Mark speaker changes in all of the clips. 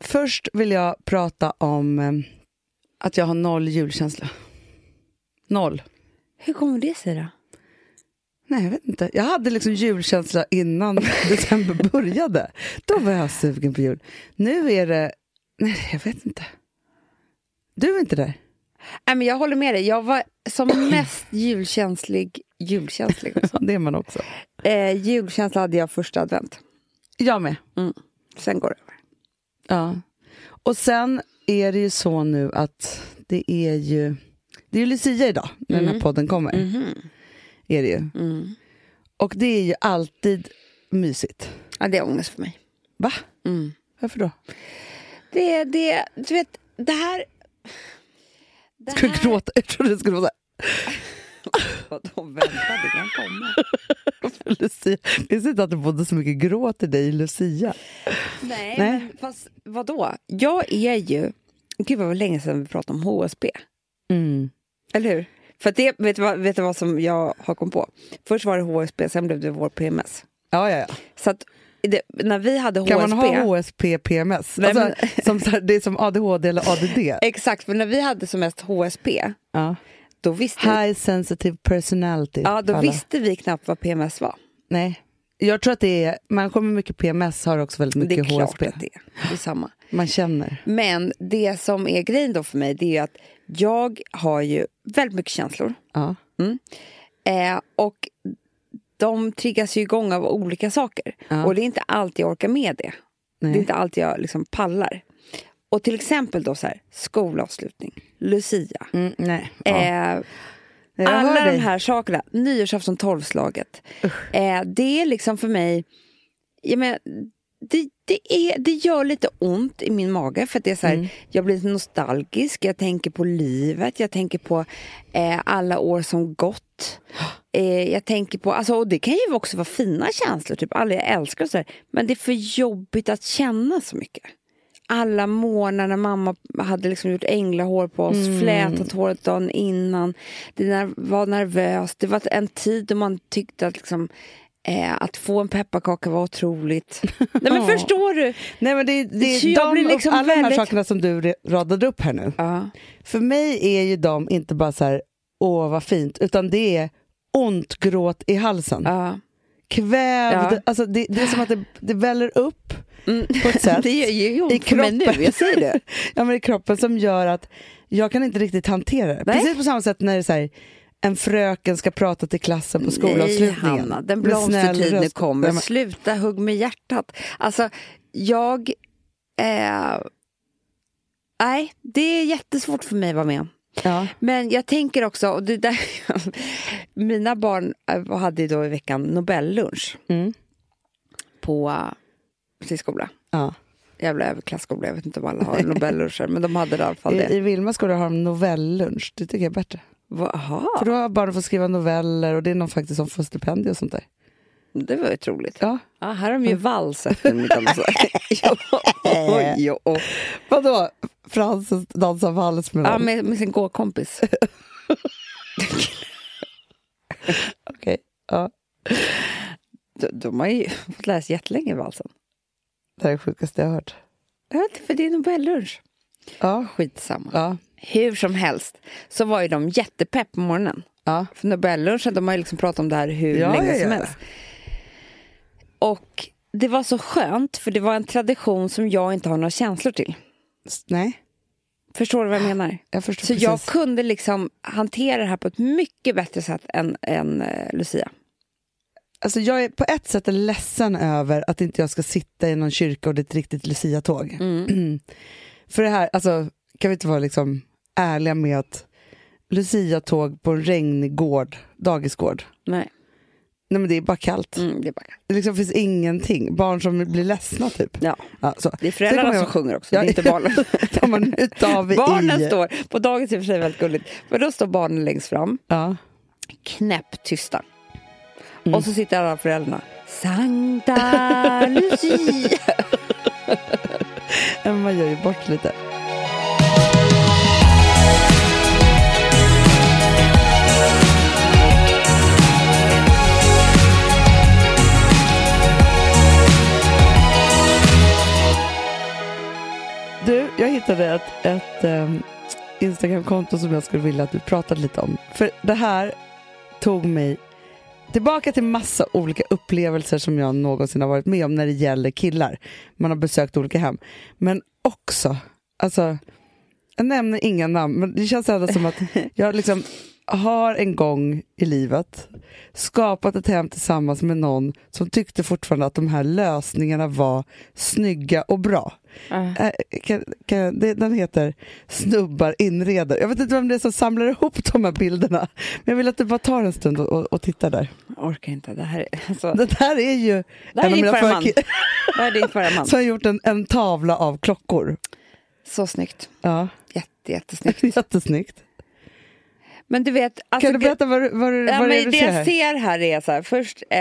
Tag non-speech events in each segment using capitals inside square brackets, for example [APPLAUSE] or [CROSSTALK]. Speaker 1: Först vill jag prata om eh, att jag har noll julkänsla. Noll.
Speaker 2: Hur kommer det sig då?
Speaker 1: Nej, jag vet inte. Jag hade liksom julkänsla innan december började. Då var jag sugen på jul. Nu är det... Nej, jag vet inte. Du är inte där?
Speaker 2: Nej, men jag håller med dig. Jag var [CLEARS THROAT] som mest julkänslig, [LAUGHS] julkänslig också.
Speaker 1: Ja, det är man också.
Speaker 2: Eh, julkänsla hade jag första advent.
Speaker 1: Jag med.
Speaker 2: Sen går det över.
Speaker 1: Ja. Och sen är det ju så nu att det är ju... Det är ju Lucia idag, när den här podden kommer. Är det ju. Och det är ju alltid mysigt.
Speaker 2: Ja, det är ångest för mig.
Speaker 1: Va?
Speaker 2: Mm.
Speaker 1: Varför då?
Speaker 2: Det, det, du vet, det här... Det
Speaker 1: Ska du gråta? Jag trodde du skulle vara
Speaker 2: De väntar, det kan komma.
Speaker 1: så här, Lucia. Minns inte att det bodde så mycket gråt i dig i Lucia?
Speaker 2: Nej,
Speaker 1: Nej.
Speaker 2: Men, fast vadå? Jag är ju... Gud, vad länge sedan vi pratade om HSB.
Speaker 1: Mm.
Speaker 2: Eller hur? För att det, vet, du vad, vet du vad som jag har kommit på? Först var det HSB, sen blev det vår PMS.
Speaker 1: Ja, ja, ja.
Speaker 2: Så att det, när vi hade HSB...
Speaker 1: Kan man ha HSP PMS?
Speaker 2: Nej,
Speaker 1: Alltså,
Speaker 2: men- [LAUGHS]
Speaker 1: som, så här, det är som ADHD eller ADD.
Speaker 2: Exakt, för när vi hade som mest HSB,
Speaker 1: Ja.
Speaker 2: då visste, vi,
Speaker 1: High sensitive personality.
Speaker 2: ja, då
Speaker 1: Alla.
Speaker 2: visste vi knappt vad PMS var.
Speaker 1: Nej. Jag tror att det är, människor med mycket PMS har också väldigt
Speaker 2: det är
Speaker 1: mycket
Speaker 2: klart
Speaker 1: HSP.
Speaker 2: att det är. Det är samma.
Speaker 1: Man känner.
Speaker 2: Men det som är grejen då för mig, det är ju att jag har ju väldigt mycket känslor.
Speaker 1: Ja.
Speaker 2: Eh, och de triggas ju igång av olika saker.
Speaker 1: Ja.
Speaker 2: Och det är inte alltid jag orkar med det.
Speaker 1: Nej.
Speaker 2: Det är inte alltid jag liksom pallar. Och till exempel då så här, skolavslutning, Lucia.
Speaker 1: Mm, nej. Ja.
Speaker 2: Eh,
Speaker 1: Jag
Speaker 2: alla
Speaker 1: hör
Speaker 2: de
Speaker 1: dig.
Speaker 2: här sakerna, nyårsafton, tolvslaget. Eh, det är liksom för mig, jag menar, det, det, är, det gör lite ont i min mage för att det är så här,
Speaker 1: Mm.
Speaker 2: jag blir lite nostalgisk, jag tänker på livet, jag tänker på eh, alla år
Speaker 1: [GASPS]
Speaker 2: som gått. Eh, jag tänker på, alltså, och det kan ju också vara fina känslor, typ alla jag älskar och sådär. Men det är för jobbigt att känna så mycket. Alla morgnar när mamma hade liksom gjort änglahår på oss, flätat håret dagen innan. Det ner- var nervöst, det var en tid då man tyckte att liksom Eh, att få en pepparkaka var otroligt. [LAUGHS] Nej men
Speaker 1: Ja.
Speaker 2: förstår du?
Speaker 1: Nej, men det, är- det,
Speaker 2: Så
Speaker 1: är
Speaker 2: jag
Speaker 1: de,
Speaker 2: blir liksom
Speaker 1: alla de här
Speaker 2: väldigt-
Speaker 1: sakerna som du re- radade upp här nu.
Speaker 2: Ja.
Speaker 1: För mig är ju de inte bara så här, åh vad fint, utan det är ont gråt i halsen.
Speaker 2: ja.
Speaker 1: Kvävd,
Speaker 2: Ja.
Speaker 1: alltså det, det är som att det, det väller upp
Speaker 2: Mm.
Speaker 1: på
Speaker 2: [LAUGHS]
Speaker 1: ett sätt.
Speaker 2: Det gör ju ont
Speaker 1: I
Speaker 2: för mig nu,
Speaker 1: kroppen.
Speaker 2: jag säger det.
Speaker 1: [LAUGHS] ja, men i kroppen som gör att jag kan inte riktigt hantera det.
Speaker 2: Nej.
Speaker 1: Precis på samma sätt när det är så här, en fröken ska prata till klassen på
Speaker 2: Nej,
Speaker 1: skolavslutningen.
Speaker 2: Hanna, den
Speaker 1: Med snäll
Speaker 2: blomstertid nu
Speaker 1: röst.
Speaker 2: kommer.
Speaker 1: Nej, men-
Speaker 2: Sluta hugg med hjärtat. Alltså, jag... Eh, nej, det är jättesvårt för mig att vara med om.
Speaker 1: Ja.
Speaker 2: Men jag tänker också, och det där, [LAUGHS] mina barn eh, hade ju då i veckan Nobellunch
Speaker 1: Mm.
Speaker 2: på eh, sin skola.
Speaker 1: Ja.
Speaker 2: Jävla överklassskola, jag vet inte om alla [LAUGHS] har Nobelluncher, men de hade i alla fall
Speaker 1: I,
Speaker 2: det.
Speaker 1: I Vilma skola har de novellunch, det tycker jag är bättre.
Speaker 2: Va- Jaha,
Speaker 1: För då har barnen fått skriva noveller och det är någon faktiskt som får stipendier och sånt där.
Speaker 2: det var ju troligt.
Speaker 1: Ja.
Speaker 2: Ja, här har de ju vals eftermiddagen. [LAUGHS] och så. Jo, jo, jo.
Speaker 1: Vadå? Frans dansar vals med
Speaker 2: Ja,
Speaker 1: någon?
Speaker 2: med, med sin gåkompis.
Speaker 1: Okej. Ja,
Speaker 2: De, [LAUGHS] de har ju fått läsa jättelänge valsen.
Speaker 1: det här är det sjukaste jag har hört.
Speaker 2: Jag vet inte, för det är Nobellunch.
Speaker 1: Ja.
Speaker 2: Skitsamma.
Speaker 1: Ja.
Speaker 2: Hur som helst så var ju de jättepepp på morgonen.
Speaker 1: Ja.
Speaker 2: För Nobellunchen, de har ju liksom pratat om det här hur
Speaker 1: Ja,
Speaker 2: länge
Speaker 1: ja,
Speaker 2: som
Speaker 1: ja.
Speaker 2: helst. Och det var så skönt, för det var en tradition som jag inte har några känslor till.
Speaker 1: S- Nej,
Speaker 2: Förstår du vad jag menar?
Speaker 1: jag förstår
Speaker 2: Så
Speaker 1: precis.
Speaker 2: jag kunde liksom hantera det här på ett mycket bättre sätt än, än eh, Lucia.
Speaker 1: Alltså jag är på ett sätt ledsen över att inte jag ska sitta i någon kyrka och det är ett riktigt luciatåg.
Speaker 2: Mm.
Speaker 1: [CLEARS THROAT] För det här, alltså kan vi inte vara liksom ärliga med att luciatåg på en regngård, dagisgård,
Speaker 2: Nej,
Speaker 1: nej men det är bara kallt.
Speaker 2: mm, det är bara...
Speaker 1: Det liksom finns ingenting, barn som blir ledsna typ.
Speaker 2: Ja.
Speaker 1: Ja, så.
Speaker 2: Det är föräldrarna
Speaker 1: Sen
Speaker 2: som
Speaker 1: kommer
Speaker 2: sjunger också,
Speaker 1: Ja.
Speaker 2: det är inte
Speaker 1: [LAUGHS]
Speaker 2: barnen.
Speaker 1: tar man
Speaker 2: [LAUGHS]
Speaker 1: utav i.
Speaker 2: barnen står, på dagis är det i och för sig väldigt gulligt, för då står barnen längst fram,
Speaker 1: Ja.
Speaker 2: knäpptysta.
Speaker 1: Mm.
Speaker 2: Och så sitter alla föräldrarna,
Speaker 1: [LAUGHS]
Speaker 2: Sankta Lucia.
Speaker 1: Men man gör ju bort lite. Du, jag hittade ett, ett ehm, Instagramkonto som jag skulle vilja att du pratade lite om. För det här tog mig tillbaka till massa olika upplevelser som jag någonsin har varit med om när det gäller killar. Man har besökt olika hem. Men också, alltså, jag nämner inga namn, men det känns ändå
Speaker 2: [LAUGHS]
Speaker 1: som att jag liksom har en gång i livet skapat ett hem tillsammans med någon som tyckte fortfarande att de här lösningarna var snygga och bra. Eh, kan, kan, det, den heter Snubbar inreder. Jag vet inte vem det är som samlar ihop de här bilderna. Men jag vill att du bara tar en stund och, och, och tittar där.
Speaker 2: Jag orkar inte. Det här är, alltså,
Speaker 1: Det här är ju
Speaker 2: det
Speaker 1: en
Speaker 2: här är
Speaker 1: av
Speaker 2: din
Speaker 1: mina
Speaker 2: förra man.
Speaker 1: förki-
Speaker 2: Det här är din förra
Speaker 1: [LAUGHS]
Speaker 2: man.
Speaker 1: som har gjort en, en tavla av klockor.
Speaker 2: Så snyggt.
Speaker 1: Ja,
Speaker 2: Jätte, jättesnyggt.
Speaker 1: [LAUGHS] jättesnyggt.
Speaker 2: Men du vet... Alltså,
Speaker 1: Kan du berätta vad, du- vad, du-
Speaker 2: Ja,
Speaker 1: vad det
Speaker 2: men
Speaker 1: är du
Speaker 2: det
Speaker 1: ser
Speaker 2: jag
Speaker 1: här?
Speaker 2: ser här är så här, först eh,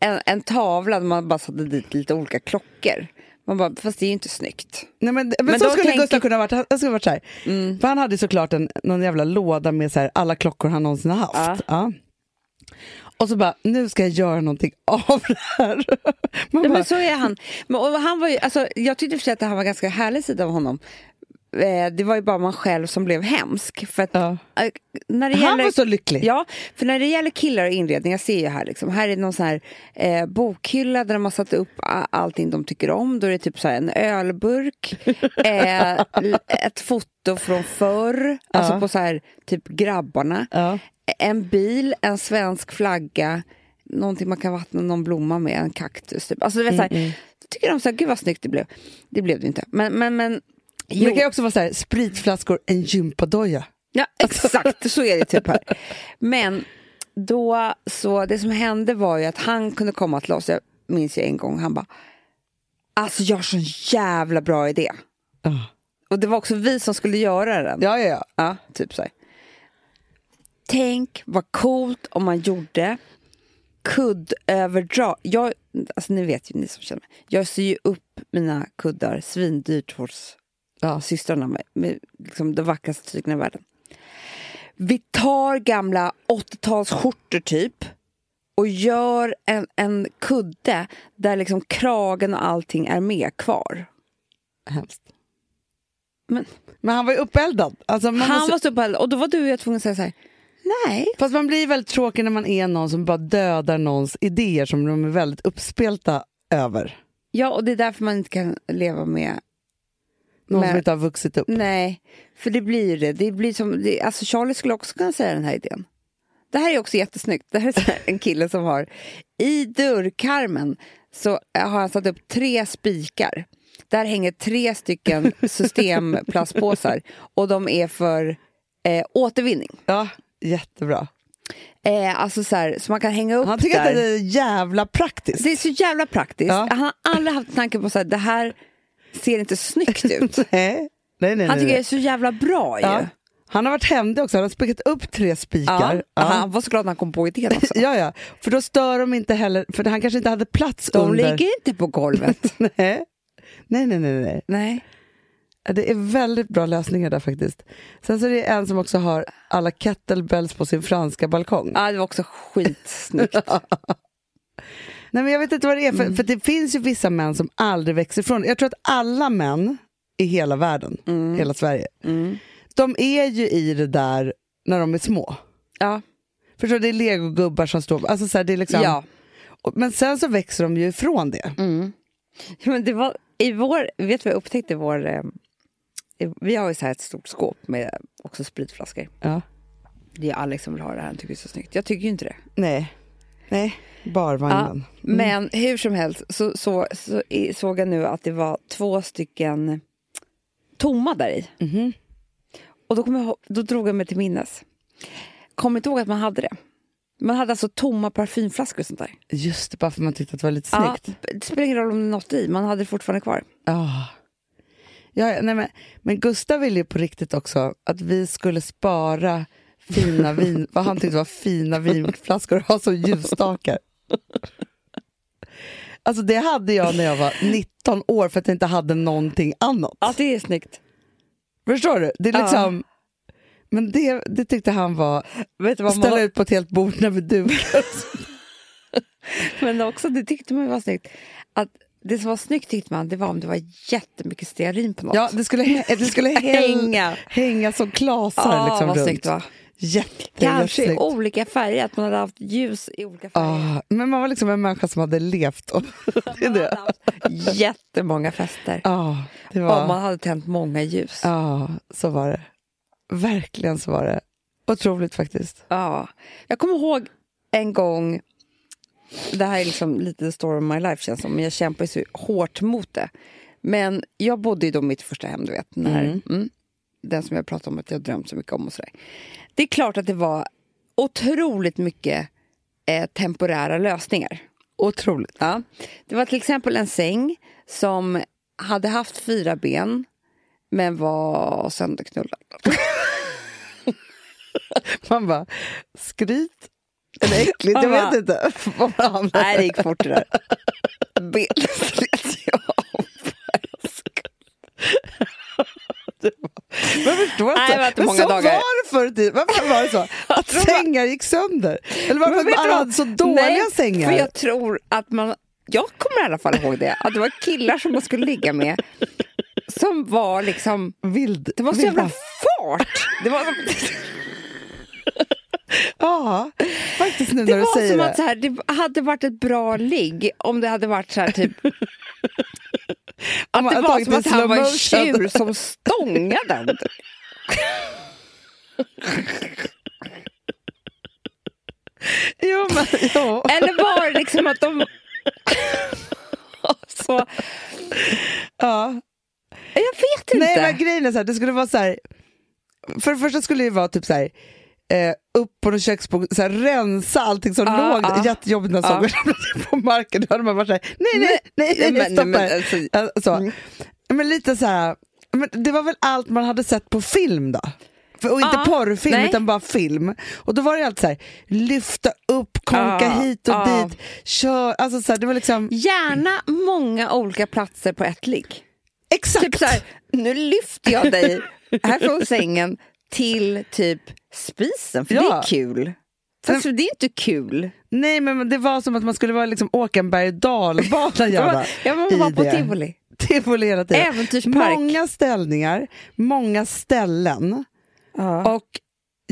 Speaker 2: en, en tavla där man bara satte dit lite olika klockor. Man bara, fast det är ju inte snyggt.
Speaker 1: Nej, men, men,
Speaker 2: Men
Speaker 1: så
Speaker 2: då
Speaker 1: skulle
Speaker 2: tänker-
Speaker 1: Gustav kunna ha varit. Han, han skulle ha varit så här.
Speaker 2: Mm.
Speaker 1: För han hade ju såklart en, någon jävla låda med så här, alla klockor han någonsin har haft. Ja. Och så bara, nu ska jag göra någonting [LAUGHS] av det här. Man
Speaker 2: Nej,
Speaker 1: bara,
Speaker 2: men så är han. Men, och han var ju, alltså, jag tyckte i och för sig att det här var en ganska härlig sida av honom. Eh, det var ju bara man själv som blev hemsk. För att,
Speaker 1: ja.
Speaker 2: eh, när det
Speaker 1: Han
Speaker 2: gäller,
Speaker 1: var så lycklig.
Speaker 2: Ja, för när det gäller killar och inredning, jag ser ju här liksom, här är någon sån här eh, bokhylla där de har satt upp a- allting de tycker om. Då är det typ så här en ölburk,
Speaker 1: [LAUGHS]
Speaker 2: eh, l- ett foto från förr, alltså
Speaker 1: Ja.
Speaker 2: på så här typ grabbarna,
Speaker 1: Ja.
Speaker 2: en bil, en svensk flagga, någonting man kan vattna någon blomma med, en kaktus typ. Alltså du vet så här,
Speaker 1: Mm,
Speaker 2: då tycker de så här, gud vad snyggt det blev. Det blev det inte, men, men, men
Speaker 1: Men
Speaker 2: jo.
Speaker 1: det kan ju också vara så här, spritflaskor, en gympadoja.
Speaker 2: Ja, exakt så är det typ här. Men då så, det som hände var ju att han kunde komma till oss, jag minns ju en gång, han bara Alltså jag har sån jävla bra idé.
Speaker 1: Ja,
Speaker 2: Och det var också vi som skulle göra den.
Speaker 1: ja, ja.
Speaker 2: Ja, typ så här. Tänk vad coolt om man gjorde kuddöverdrag. Jag, alltså ni vet ju ni som känner mig. Jag syr ju upp mina kuddar svindyrt hos ja. systrarna med, med liksom de vackraste tygerna i världen. Vi tar gamla 80-talsskjortor typ och gör en, en kudde där liksom kragen och allting är med kvar.
Speaker 1: Hemskt.
Speaker 2: Men
Speaker 1: Men han var ju uppeldad. Alltså, man
Speaker 2: han
Speaker 1: måste,
Speaker 2: var så på och då var du och jag tvungen att säga så här. Nej,
Speaker 1: Fast man blir väldigt tråkig när man är någon som bara dödar någons idéer som de är väldigt uppspelta över.
Speaker 2: Ja, och det är därför man inte kan leva med...
Speaker 1: Någon
Speaker 2: Men-
Speaker 1: som inte har vuxit upp.
Speaker 2: Nej, för det blir ju det. det, blir som, det alltså Charlie skulle också kunna säga den här idén. Det här är också jättesnyggt. Det här är så här en kille som har... I dörrkarmen så har han satt upp tre spikar. Där hänger tre stycken systemplastpåsar och de är för eh, återvinning.
Speaker 1: Ja, jättebra.
Speaker 2: Eh, alltså så, här, så man kan hänga upp
Speaker 1: Han tycker
Speaker 2: där.
Speaker 1: att det är jävla praktiskt.
Speaker 2: Det är så jävla praktiskt.
Speaker 1: Ja.
Speaker 2: Han har aldrig haft tanken på att det här ser inte snyggt ut.
Speaker 1: [LAUGHS] Nej, nej, nej.
Speaker 2: Han
Speaker 1: nej,
Speaker 2: tycker det
Speaker 1: nej.
Speaker 2: är så jävla bra ju.
Speaker 1: ja. han har varit händig också, han har spikat upp tre spikar.
Speaker 2: Ja, Han var så glad när han kom på idén också.
Speaker 1: Ja, ja, för då stör de inte heller, för han kanske inte hade plats
Speaker 2: De
Speaker 1: under.
Speaker 2: ligger inte
Speaker 1: [LAUGHS]
Speaker 2: på golvet.
Speaker 1: Nej. nej, nej, nej, nej.
Speaker 2: Nej.
Speaker 1: Det är väldigt bra lösningar där faktiskt. Sen så är det en som också har alla kettlebells på sin franska balkong.
Speaker 2: Ja, det var också skitsnyggt.
Speaker 1: Nej, men jag vet inte vad det är, för,
Speaker 2: Mm.
Speaker 1: för det finns ju vissa män som aldrig växer ifrån det. Jag tror att alla män i hela världen, hela Sverige,
Speaker 2: Mm.
Speaker 1: de är ju i det där när de är små.
Speaker 2: Ja.
Speaker 1: Förstår du, det är legogubbar som står... Alltså så här, det är liksom,
Speaker 2: ja.
Speaker 1: och- Men sen så växer de ju ifrån det.
Speaker 2: Mm. Ja, Men det var i vår, vet du vad jag upptäckte i vår... Eh, i- vi har ju så här ett stort skåp med också spritflaskor.
Speaker 1: Ja.
Speaker 2: Det är Alex som vill ha det här, han tycker det är så snyggt. Jag tycker ju inte det.
Speaker 1: Nej. Nej, barvagnen.
Speaker 2: Men hur som helst så, så, så i- såg jag nu att det var två stycken tomma där i.
Speaker 1: Mhm.
Speaker 2: Och då, kom jag, ihåg- då drog jag mig till minnes. Kommer inte ihåg att man hade det. Man hade alltså tomma parfymflaskor och sånt där.
Speaker 1: Just det, bara för man tyckte att det var lite
Speaker 2: Ja,
Speaker 1: snyggt.
Speaker 2: det spelar ingen roll om det är något i, man hade det fortfarande kvar.
Speaker 1: Ja. Ah. Ja, ja, nej, men, men Gustav ville ju på riktigt också att vi skulle spara
Speaker 2: [LAUGHS]
Speaker 1: fina vin, vad han tyckte var fina vinflaskor och ha som ljusstakar. Alltså det hade jag när jag var 19 år för att jag inte hade någonting annat.
Speaker 2: Ja, det är snyggt.
Speaker 1: Förstår du? Det är
Speaker 2: Ja.
Speaker 1: liksom... Men det, det tyckte han var
Speaker 2: Vet du vad
Speaker 1: ställa
Speaker 2: man,
Speaker 1: ut på ett helt
Speaker 2: [LAUGHS]
Speaker 1: bord när vi dukar.
Speaker 2: men också, det tyckte man ju var snyggt. Att Det som var snyggt tyckte man, det var om det var jättemycket stearin på något.
Speaker 1: Ja, det skulle, hä- det skulle hänga.
Speaker 2: [LAUGHS] hänga.
Speaker 1: hänga som klasar
Speaker 2: Ah,
Speaker 1: liksom
Speaker 2: vad
Speaker 1: runt.
Speaker 2: snyggt va?
Speaker 1: Jätte,
Speaker 2: Kanske i
Speaker 1: jättesnyggt.
Speaker 2: olika färger, att man hade haft ljus i olika färger.
Speaker 1: Ah, men man var liksom en människa som hade levt. Och det är
Speaker 2: Man
Speaker 1: det.
Speaker 2: hade haft jättemånga fester.
Speaker 1: Ah, det
Speaker 2: Om
Speaker 1: var,
Speaker 2: man hade tänt många ljus. Ja.
Speaker 1: ah, så var det. Verkligen så var det. Otroligt faktiskt.
Speaker 2: Jag kommer ihåg en gång, det här är liksom lite the story of my life känns som, men jag kämpar ju så hårt mot det. Men jag bodde ju då i mitt första hem, du vet. När, mm. den som jag pratade om att jag drömt så mycket om och sådär. Det är klart att det var otroligt mycket eh, temporära lösningar.
Speaker 1: Otroligt.
Speaker 2: Ja. Det var till exempel en säng som hade haft fyra ben men var sönderknullad.
Speaker 1: Man bara, skryt eller äckligt, jag
Speaker 2: Man
Speaker 1: vet inte. Vad man hamnar.
Speaker 2: Nej, det gick fort det där. Ben slet jag av.
Speaker 1: Man förstår inte.
Speaker 2: Nej, det var inte
Speaker 1: Men
Speaker 2: många
Speaker 1: så
Speaker 2: dagar.
Speaker 1: var det förr i tiden. Varför var det så? Att
Speaker 2: tror man-
Speaker 1: sängar gick sönder? Eller varför
Speaker 2: Men
Speaker 1: att
Speaker 2: vet du
Speaker 1: alla
Speaker 2: vad?
Speaker 1: hade så dåliga
Speaker 2: Nej,
Speaker 1: sängar?
Speaker 2: För jag tror att man... Jag kommer i alla fall ihåg det. Att det var killar som man skulle ligga med som var liksom...
Speaker 1: Vild.
Speaker 2: Det var så
Speaker 1: vilda.
Speaker 2: jävla fart!
Speaker 1: [LAUGHS]
Speaker 2: Det var,
Speaker 1: Ja, faktiskt nu när du
Speaker 2: det var
Speaker 1: säger
Speaker 2: som
Speaker 1: det.
Speaker 2: att så här, det hade varit ett bra ligg om det hade varit så här typ
Speaker 1: [LAUGHS] Om man
Speaker 2: Att
Speaker 1: hade
Speaker 2: det var
Speaker 1: tagit
Speaker 2: som
Speaker 1: i
Speaker 2: att han
Speaker 1: slow
Speaker 2: var ett
Speaker 1: motion.
Speaker 2: tjur som stångade den.
Speaker 1: Jo, men, jo.
Speaker 2: Eller var det liksom att de... [LAUGHS] så,
Speaker 1: [LAUGHS] Ja.
Speaker 2: jag vet inte.
Speaker 1: Nej, men grejen är så här, det skulle vara så här. För det första skulle det vara typ så här. Eh, upp på något köksbord, så här, rensa allting som
Speaker 2: Ja,
Speaker 1: låg där.
Speaker 2: ja.
Speaker 1: Jättejobbigt när
Speaker 2: Ja.
Speaker 1: saker ramlade på marken. Då hade man varit så här, nej, nej, nej, nej, nej
Speaker 2: men-
Speaker 1: stopp
Speaker 2: men
Speaker 1: här.
Speaker 2: alltså-
Speaker 1: Eh, Så. Men lite så här, men det var väl allt man hade sett på film då? För, och inte
Speaker 2: Ja,
Speaker 1: porrfilm
Speaker 2: Ah, nej.
Speaker 1: utan bara film. Och då var det alltid så här, lyfta upp, konka
Speaker 2: Ja,
Speaker 1: hit och
Speaker 2: ja.
Speaker 1: dit, kör, alltså så här, det var liksom,
Speaker 2: Gärna många olika platser på ett ligg.
Speaker 1: exakt.
Speaker 2: Typ så här, nu lyfter jag dig härifrån sängen till typ spisen, för det
Speaker 1: Ja.
Speaker 2: är kul. Fast det är inte kul.
Speaker 1: Nej men det var som att man skulle vara liksom åka en berg och dalbana gärna.
Speaker 2: [LAUGHS] Ja, men man var
Speaker 1: i
Speaker 2: på
Speaker 1: det.
Speaker 2: tivoli.
Speaker 1: [LAUGHS] Tivoli hela tiden.
Speaker 2: Äventyrspark.
Speaker 1: Många ställningar, många ställen
Speaker 2: Ja.
Speaker 1: och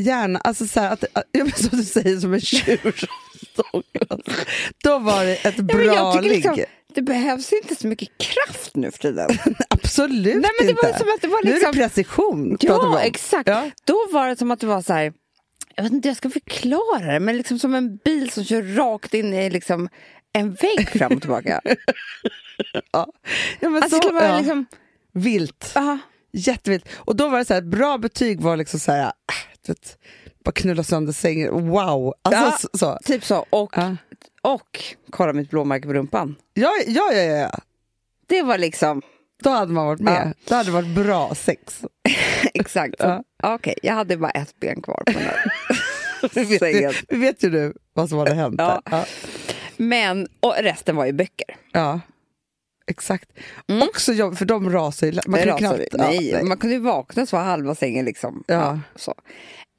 Speaker 1: gärna, alltså så här, att, ja, men som du säger, som en tjur som stångas. Då var det ett
Speaker 2: Ja, men jag
Speaker 1: bra
Speaker 2: tycker
Speaker 1: ligg.
Speaker 2: liksom, det behövs inte så mycket kraft nu för tiden.
Speaker 1: Absolut
Speaker 2: [LAUGHS] Nej, men det
Speaker 1: inte.
Speaker 2: var som att det var
Speaker 1: Nu är det
Speaker 2: liksom...
Speaker 1: precision. pratar vi om.
Speaker 2: Ja, exakt.
Speaker 1: Ja.
Speaker 2: Då var det som att det var så här, jag vet inte hur jag ska förklara det, men liksom som en bil som kör rakt in i liksom en vägg fram och [LAUGHS] tillbaka.
Speaker 1: Ja, men
Speaker 2: Alltså,
Speaker 1: så,
Speaker 2: det var
Speaker 1: ja.
Speaker 2: liksom,
Speaker 1: Vilt.
Speaker 2: aha,
Speaker 1: Jättevilt. Och då var det så här, ett bra betyg var liksom så här, äh, du vet, bara knulla sönder sängen, wow. Alltså,
Speaker 2: Ja.
Speaker 1: så- så.
Speaker 2: typ så. Och,
Speaker 1: Ja.
Speaker 2: och kolla mitt blåmärke på rumpan.
Speaker 1: Ja, ja, ja, ja, ja.
Speaker 2: Det var liksom, [LAUGHS]
Speaker 1: Då hade man varit med. Då hade det varit bra sex.
Speaker 2: exakt.
Speaker 1: Ja.
Speaker 2: Ja. Okej, jag hade bara ett ben kvar
Speaker 1: [LAUGHS]
Speaker 2: på den här sängen.
Speaker 1: Vi vet ju nu vad som hade hänt
Speaker 2: Ja.
Speaker 1: där. Ja,
Speaker 2: Men, och resten var ju böcker.
Speaker 1: ja. Exakt. Också jobb, för de rasar ju. Man
Speaker 2: Det
Speaker 1: kan ju
Speaker 2: rasade.
Speaker 1: knappt... ja,
Speaker 2: nej, man kunde Mm. ju vakna så var halva sängen liksom.
Speaker 1: Ja.
Speaker 2: så.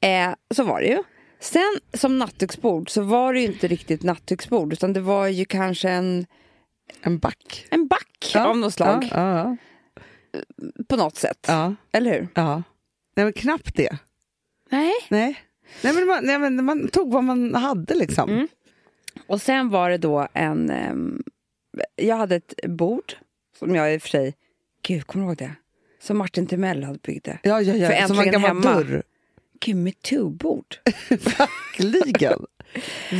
Speaker 2: Eh, så var det ju. Sen som nattduksbord så var det ju inte riktigt nattduksbord utan det var ju kanske en,
Speaker 1: En back.
Speaker 2: en back av något slag
Speaker 1: Ja, ja,
Speaker 2: på något sätt.
Speaker 1: ja,
Speaker 2: Eller hur?
Speaker 1: ja. Nej, men knappt det.
Speaker 2: Nej.
Speaker 1: Nej. Nej, men man, nej, men man tog vad man hade liksom.
Speaker 2: Mm. Och sen var det då en... ehm, jag hade ett bord som jag i och för sig... Gud, kommer du ihåg det? Som Martin Timell byggde.
Speaker 1: Ja, ja, ja.
Speaker 2: För
Speaker 1: Som en
Speaker 2: äntligen
Speaker 1: gammal
Speaker 2: hemma.
Speaker 1: dörr.
Speaker 2: Gud, metoo-bord.
Speaker 1: Verkligen.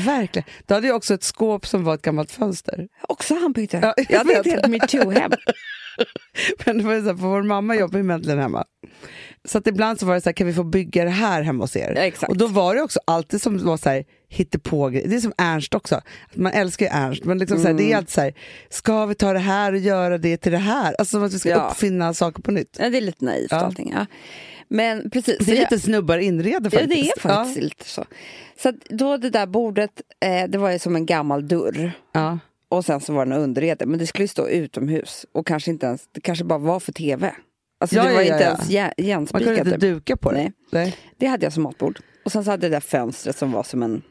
Speaker 1: Verkligen. Du hade ju också ett skåp som var ett gammalt fönster.
Speaker 2: Också han byggde.
Speaker 1: Ja, jag
Speaker 2: jag hade ett
Speaker 1: vet.
Speaker 2: helt metoo-hem.
Speaker 1: [LAUGHS] Men det var ju så här, för vår mamma jobbar ju med Äntligen hemma. Så att ibland så var det så här, kan vi få bygga det här hemma hos er?
Speaker 2: Ja, exakt.
Speaker 1: Och då var det också alltid som var så här, hittepå Det är som Ernst också. Att man älskar ju Ernst, men liksom så här, det
Speaker 2: Mm.
Speaker 1: är alltid så här, ska vi ta det här och göra det till det här? Alltså som att vi ska
Speaker 2: Ja.
Speaker 1: uppfinna saker på nytt.
Speaker 2: Ja, det är lite naivt
Speaker 1: Ja.
Speaker 2: allting. Ja. Men precis.
Speaker 1: Det
Speaker 2: så
Speaker 1: är
Speaker 2: jag-
Speaker 1: lite snubbar inreder
Speaker 2: Ja,
Speaker 1: faktiskt.
Speaker 2: det är faktiskt lite så. Så att då det där bordet, eh, det var ju som en gammal dörr.
Speaker 1: Ja.
Speaker 2: Och sen så var det en underrede. Men det skulle ju stå utomhus. Och kanske inte ens, det kanske bara var för tv. Alltså
Speaker 1: Ja,
Speaker 2: det
Speaker 1: ja,
Speaker 2: var ju
Speaker 1: ja,
Speaker 2: inte
Speaker 1: ja.
Speaker 2: ens jä-
Speaker 1: Man kunde
Speaker 2: igenspikat.
Speaker 1: inte
Speaker 2: typ.
Speaker 1: duka på det.
Speaker 2: Nej.
Speaker 1: Nej.
Speaker 2: Det hade jag som matbord. Och sen så hade jag det där fönstret som var som en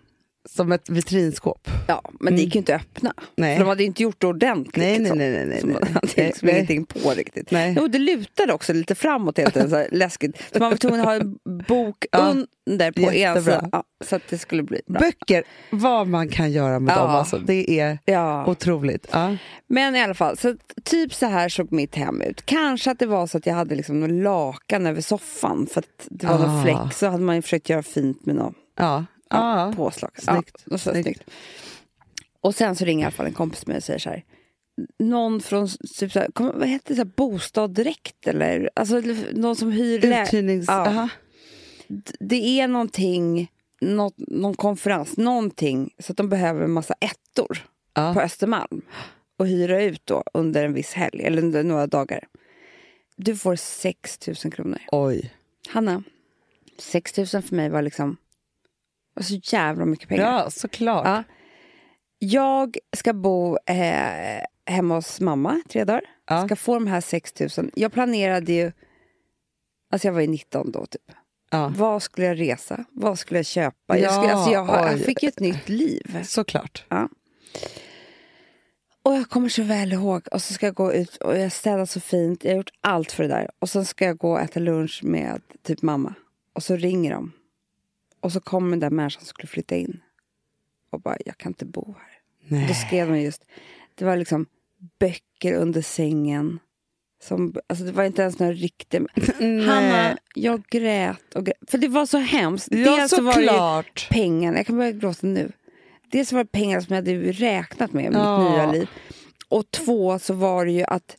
Speaker 3: som ett vitrinskåp.
Speaker 2: Ja, men det gick ju inte att öppna.
Speaker 3: Mm. Nej.
Speaker 2: För de hade ju inte gjort det ordentligt.
Speaker 3: Nej, nej,
Speaker 2: liksom.
Speaker 3: nej, nej, nej,
Speaker 2: Så man
Speaker 3: nej.
Speaker 2: hade liksom
Speaker 3: Nej.
Speaker 2: ingenting på riktigt.
Speaker 3: Nej.
Speaker 2: Jo, det lutade också lite framåt hela tiden, så här läskigt. Så man var tvungen att ha en bok
Speaker 3: Ja.
Speaker 2: under på
Speaker 3: Jättebra.
Speaker 2: en sida. Ja, så att det skulle bli bra.
Speaker 3: Böcker, vad man kan göra med dem
Speaker 2: Ja.
Speaker 3: alltså. Det är
Speaker 2: Ja.
Speaker 3: otroligt. Ja.
Speaker 2: Men i alla fall, så att typ så här såg mitt hem ut. Kanske att det var så att jag hade liksom någon lakan över soffan för att det var någon
Speaker 3: Ah.
Speaker 2: fläck. Så hade man ju försökt göra fint med något
Speaker 3: Ja.
Speaker 2: ja.
Speaker 3: Ja.
Speaker 2: påslag.
Speaker 3: Snyggt,
Speaker 2: Ja, och, så,
Speaker 3: snyggt.
Speaker 2: snyggt. och sen så ringer i alla fall en kompis med och säger så här. Någon från, typ så här, kom, vad heter det, så här, Bostad Direkt eller? Alltså någon som hyr lä-
Speaker 3: Uthyrnings...
Speaker 2: Ja.
Speaker 3: aha.
Speaker 2: Det är någonting, något, någon konferens, någonting. Så att de behöver en massa ettor
Speaker 3: Ja.
Speaker 2: på Östermalm och hyra ut då under en viss helg, eller under några dagar. Du får 6 000 kronor.
Speaker 3: Oj.
Speaker 2: Hanna, 6 000 för mig var liksom... var så jävla mycket pengar.
Speaker 3: Ja, såklart.
Speaker 2: Ja. Jag ska bo eh, hemma hos mamma tre dagar.
Speaker 3: Ja.
Speaker 2: Ska få de här 6 000. Jag planerade ju... Alltså jag var ju 19 då, typ.
Speaker 3: Ja.
Speaker 2: Vad skulle jag resa? Vad skulle jag köpa? Jag,
Speaker 3: Ja,
Speaker 2: skulle, alltså jag, har- jag
Speaker 3: oj.
Speaker 2: fick ju ett nytt liv.
Speaker 3: Såklart.
Speaker 2: Och jag kommer så väl ihåg. Och så ska jag gå ut och jag städar så fint. Jag har gjort allt för det där. Och sen ska jag gå och äta lunch med typ mamma. Och så ringer de. Och så kommer den där människan som skulle flytta in. Och bara, jag kan inte bo här.
Speaker 3: Nej.
Speaker 2: Då skrev de just, det var liksom böcker under sängen. Som, alltså det var inte ens några riktiga...
Speaker 3: [LAUGHS] Nej.
Speaker 2: Hanna, jag grät och grät. För det var så hemskt.
Speaker 3: Ja,
Speaker 2: så var det alltså ju
Speaker 3: såklart.
Speaker 2: pengarna, jag kan börja gråta nu. Dels var det pengar som jag hade ju räknat med i mitt
Speaker 3: Ja.
Speaker 2: nya liv. Och två så var det ju att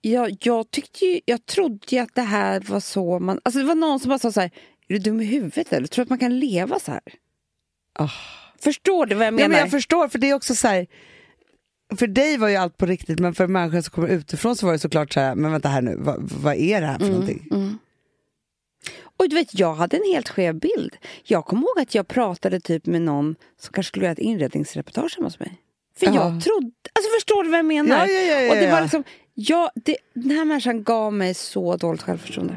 Speaker 2: jag, jag tyckte ju, jag trodde ju att det här var så man... Alltså det var någon som bara sa så här, är du dum i huvudet eller? Tror du att man kan leva så här?
Speaker 3: Ah.
Speaker 2: Förstår du vad jag menar?
Speaker 3: Ja, men jag förstår, för det är också så här... För dig var ju allt på riktigt, men för människor som kommer utifrån så var det såklart så här, men vänta här nu, vad, vad är det här för
Speaker 2: Mm,
Speaker 3: någonting?
Speaker 2: Och du vet, jag hade en helt skev bild. Jag kommer ihåg att jag pratade typ med någon som kanske skulle göra ett inredningsreportage hemma hos mig. För
Speaker 3: Ja.
Speaker 2: jag trodde... Alltså förstår du vad jag menar?
Speaker 3: Ja, ja, ja, ja,
Speaker 2: Och det
Speaker 3: ja.
Speaker 2: var liksom... Jag, det, den här människan gav mig så dåligt självförtroende.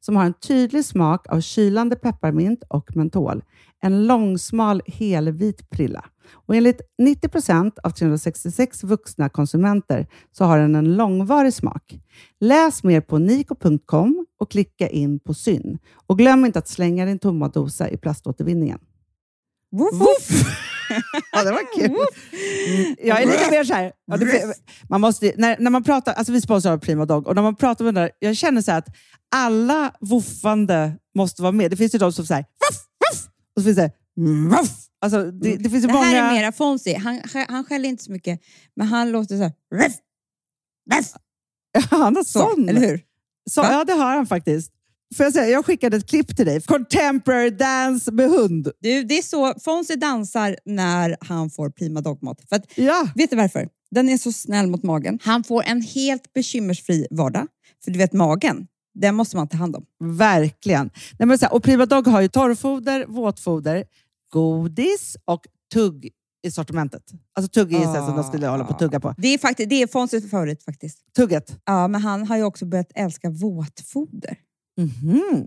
Speaker 1: som har en tydlig smak av kylande pepparmint och mentol. En långsmal helvit prilla. Och enligt 90 procent av 366 vuxna konsumenter så har den en långvarig smak. Läs mer på niko.com och klicka in på Syn. Och glöm inte att slänga din tomma dosa i plaståtervinningen.
Speaker 2: Woof,
Speaker 1: Woof! ja, det var kul. Mm, Jag är lite mer så här. Ja, det, man måste, ju- när, när man pratar, alltså vi sponsrar av Prima Dog och när man pratar med den där, jag känner så här att alla woffande måste vara med. Det finns ju de som säger woof, woof, och så finns det woof. Alltså, det, det finns ju många... [LAUGHS]
Speaker 2: mera Fonzie. Han, han skäller inte så mycket, men han låter så här...
Speaker 1: Han har sån.
Speaker 2: hur?
Speaker 1: Så,
Speaker 2: Va?
Speaker 1: ja, det har han faktiskt.
Speaker 4: Får jag säga, jag skickade ett klipp till dig. Contemporary dance med hund.
Speaker 5: Du, det är så Fonzie dansar när han får prima dogmat. För att,
Speaker 4: Ja,
Speaker 5: vet du varför? Den är så snäll mot magen. Han får en helt bekymmersfri vardag. För du vet, magen, den måste man ta hand om.
Speaker 4: verkligen. Nej, men så här, och Prima Dog har ju torrfoder, våtfoder, godis och tugg i sortimentet. Alltså tugg är ju ah, som de skulle hålla på att tugga på.
Speaker 5: Det är, faktiskt, det är Fonzies favorit faktiskt.
Speaker 4: Tugget.
Speaker 5: Ja, men han har ju också börjat älska våtfoder.
Speaker 4: Mhm.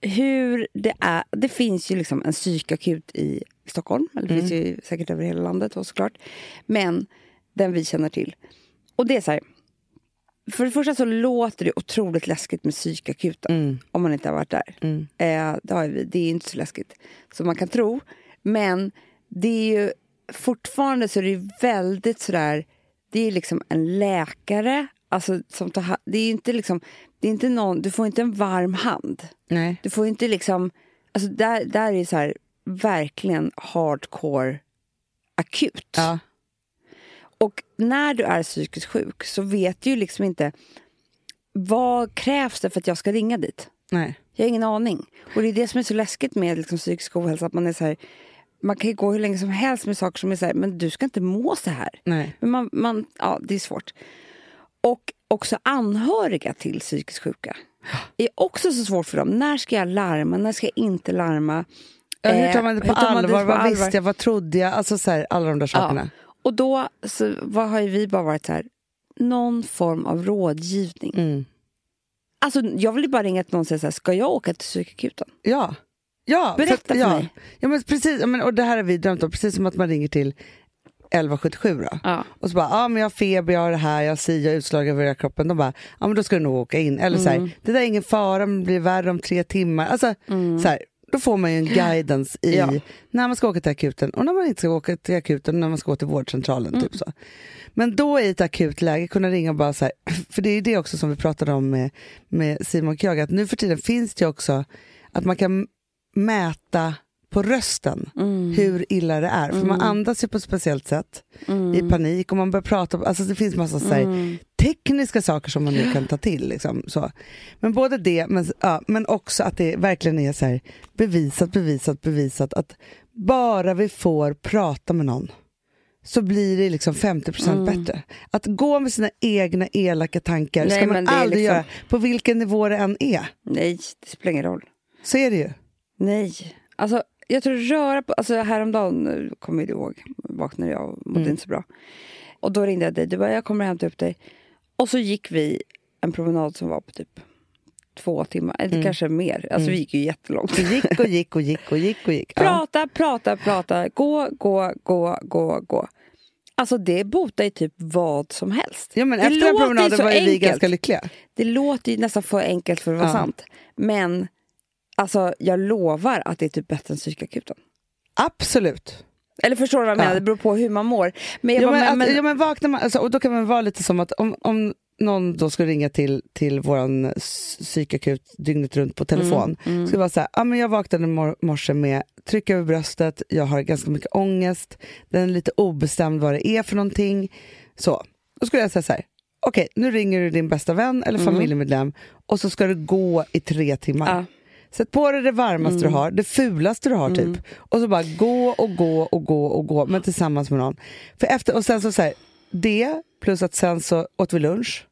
Speaker 2: hur det är. Det finns ju liksom en psykakut i Stockholm. Eller det finns
Speaker 1: Mm.
Speaker 2: ju säkert över hela landet då, såklart. Men den vi känner till. Och det är så här. För det första så låter det otroligt läskigt med psykakuten.
Speaker 1: Mm,
Speaker 2: Om man inte har varit där.
Speaker 1: mm.
Speaker 2: Eh, det, har ju vi. det är ju inte så läskigt som man kan tro. Men det är ju fortfarande så är det ju väldigt sådär... Det är liksom en läkare. Alltså, som tar, ha- det är ju inte liksom... Det är inte någon, du får inte en varm hand.
Speaker 1: Nej.
Speaker 2: Du får inte liksom... Alltså där, där är det så här, verkligen hardcore akut.
Speaker 1: Ja.
Speaker 2: Och när du är psykiskt sjuk så vet du ju liksom inte... Vad krävs det för att jag ska ringa dit?
Speaker 1: Nej.
Speaker 2: Jag har ingen aning. Och det är det som är så läskigt med liksom, psykisk ohälsa. Att man är så här, man kan ju gå hur länge som helst med saker som är så här, men du ska inte må så här.
Speaker 1: Nej.
Speaker 2: Men man, man, ja, det är svårt. Och också anhöriga till psykiskt sjuka. Det är också så svårt för dem. När ska jag larma? När ska jag inte larma?
Speaker 1: Ja, hur
Speaker 2: Eh,
Speaker 1: tar man det på
Speaker 2: hur tar man det
Speaker 1: allvar?
Speaker 2: på
Speaker 1: Vad
Speaker 2: allvar?
Speaker 1: visste jag? Vad trodde jag? Alltså så här, alla de där sakerna.
Speaker 2: Och då så, vad har ju vi bara varit så här, någon form av rådgivning.
Speaker 1: Mm.
Speaker 2: Alltså, jag vill ju bara ringa till någon och säga så här, ska jag åka till psykakuten?
Speaker 1: Ja. ja
Speaker 2: Berätta för
Speaker 1: ja.
Speaker 2: mig.
Speaker 1: Ja, men precis, ja, men, och det här har vi drömt om, precis som att man ringer till 1177 då.
Speaker 2: Ja.
Speaker 1: Och så bara, ja ah, men jag har feber, jag har det här, jag har si, jag har utslag över hela kroppen. De bara, ja ah, men då ska du nog åka in. Eller så här, det där är ingen fara, men det blir värre om tre timmar. Alltså, så här, då får man ju en guidance i
Speaker 2: Ja.
Speaker 1: när man ska åka till akuten och när man inte ska åka till akuten och när man ska gå till vårdcentralen. Typ så. Men då i ett akut läge kunna ringa och bara så här, [LAUGHS] för det är ju det också som vi pratade om med, med Simon och jag, att nu för tiden finns det ju också att man kan mäta på rösten
Speaker 2: Mm.
Speaker 1: hur illa det är. För man andas ju på ett speciellt sätt
Speaker 2: Mm.
Speaker 1: i panik och man börjar prata, alltså det finns massa så här, tekniska saker som man nu kan ta till. Liksom, så. Men både det, men, ja, men också att det verkligen är så här, bevisat, bevisat, bevisat att bara vi får prata med någon
Speaker 6: så blir det liksom 50% bättre. Att gå med sina egna elaka tankar
Speaker 2: Mm. Nej,
Speaker 6: ska man
Speaker 2: men det är
Speaker 6: aldrig
Speaker 2: liksom-
Speaker 6: göra, på vilken nivå det än är.
Speaker 2: Nej, det spelar ingen roll.
Speaker 6: Så är det ju.
Speaker 2: Nej. Alltså, jag tror röra på... Alltså häromdagen, eh, kommer jag ihåg, vaknade jag och
Speaker 6: Mm.
Speaker 2: mådde inte så bra. Och då ringde jag dig. Du bara, jag kommer och hämtar upp dig. Och så gick vi en promenad som var på typ två timmar,
Speaker 6: Mm.
Speaker 2: eller kanske mer. Alltså vi gick ju jättelångt.
Speaker 6: Det gick och gick och gick och gick och gick. Ja.
Speaker 2: Prata, prata, prata. Gå, gå, gå, gå, gå. Alltså det botar ju typ vad som helst.
Speaker 6: Ja, men
Speaker 2: det
Speaker 6: efter den
Speaker 2: låter ju
Speaker 6: promenaden
Speaker 2: så
Speaker 6: var ju vi
Speaker 2: enkelt.
Speaker 6: ganska lyckliga.
Speaker 2: Det låter ju nästan för enkelt för att vara
Speaker 6: Ja.
Speaker 2: sant. Men alltså, jag lovar att det är typ bättre än psykakuten.
Speaker 6: Absolut.
Speaker 2: Eller förstår du vad jag
Speaker 6: Ja.
Speaker 2: menar? Det beror på hur man mår. Men jag
Speaker 6: Ja,
Speaker 2: bara,
Speaker 6: men, att,
Speaker 2: men,
Speaker 6: ja, men vaknar man, alltså, och då kan man vara lite som att om, om någon då skulle ringa till, till vår psykakut dygnet runt på
Speaker 2: Mm,
Speaker 6: telefon. Skulle vara så här, ah, men jag vaknade i mor- morse med tryck över bröstet, jag har ganska mycket ångest, den är lite obestämd vad det är för någonting. Så. Då skulle jag säga så här, okej nu ringer du din bästa vän eller
Speaker 2: Mm.
Speaker 6: familjemedlem och så ska du gå i tre timmar.
Speaker 2: Ja.
Speaker 6: Sätt på dig det varmaste
Speaker 2: Mm.
Speaker 6: du har, det fulaste du har typ. Och så bara gå och gå och gå och gå, men tillsammans med någon. För efter, och sen så, så här, det, plus att sen så åt vi lunch.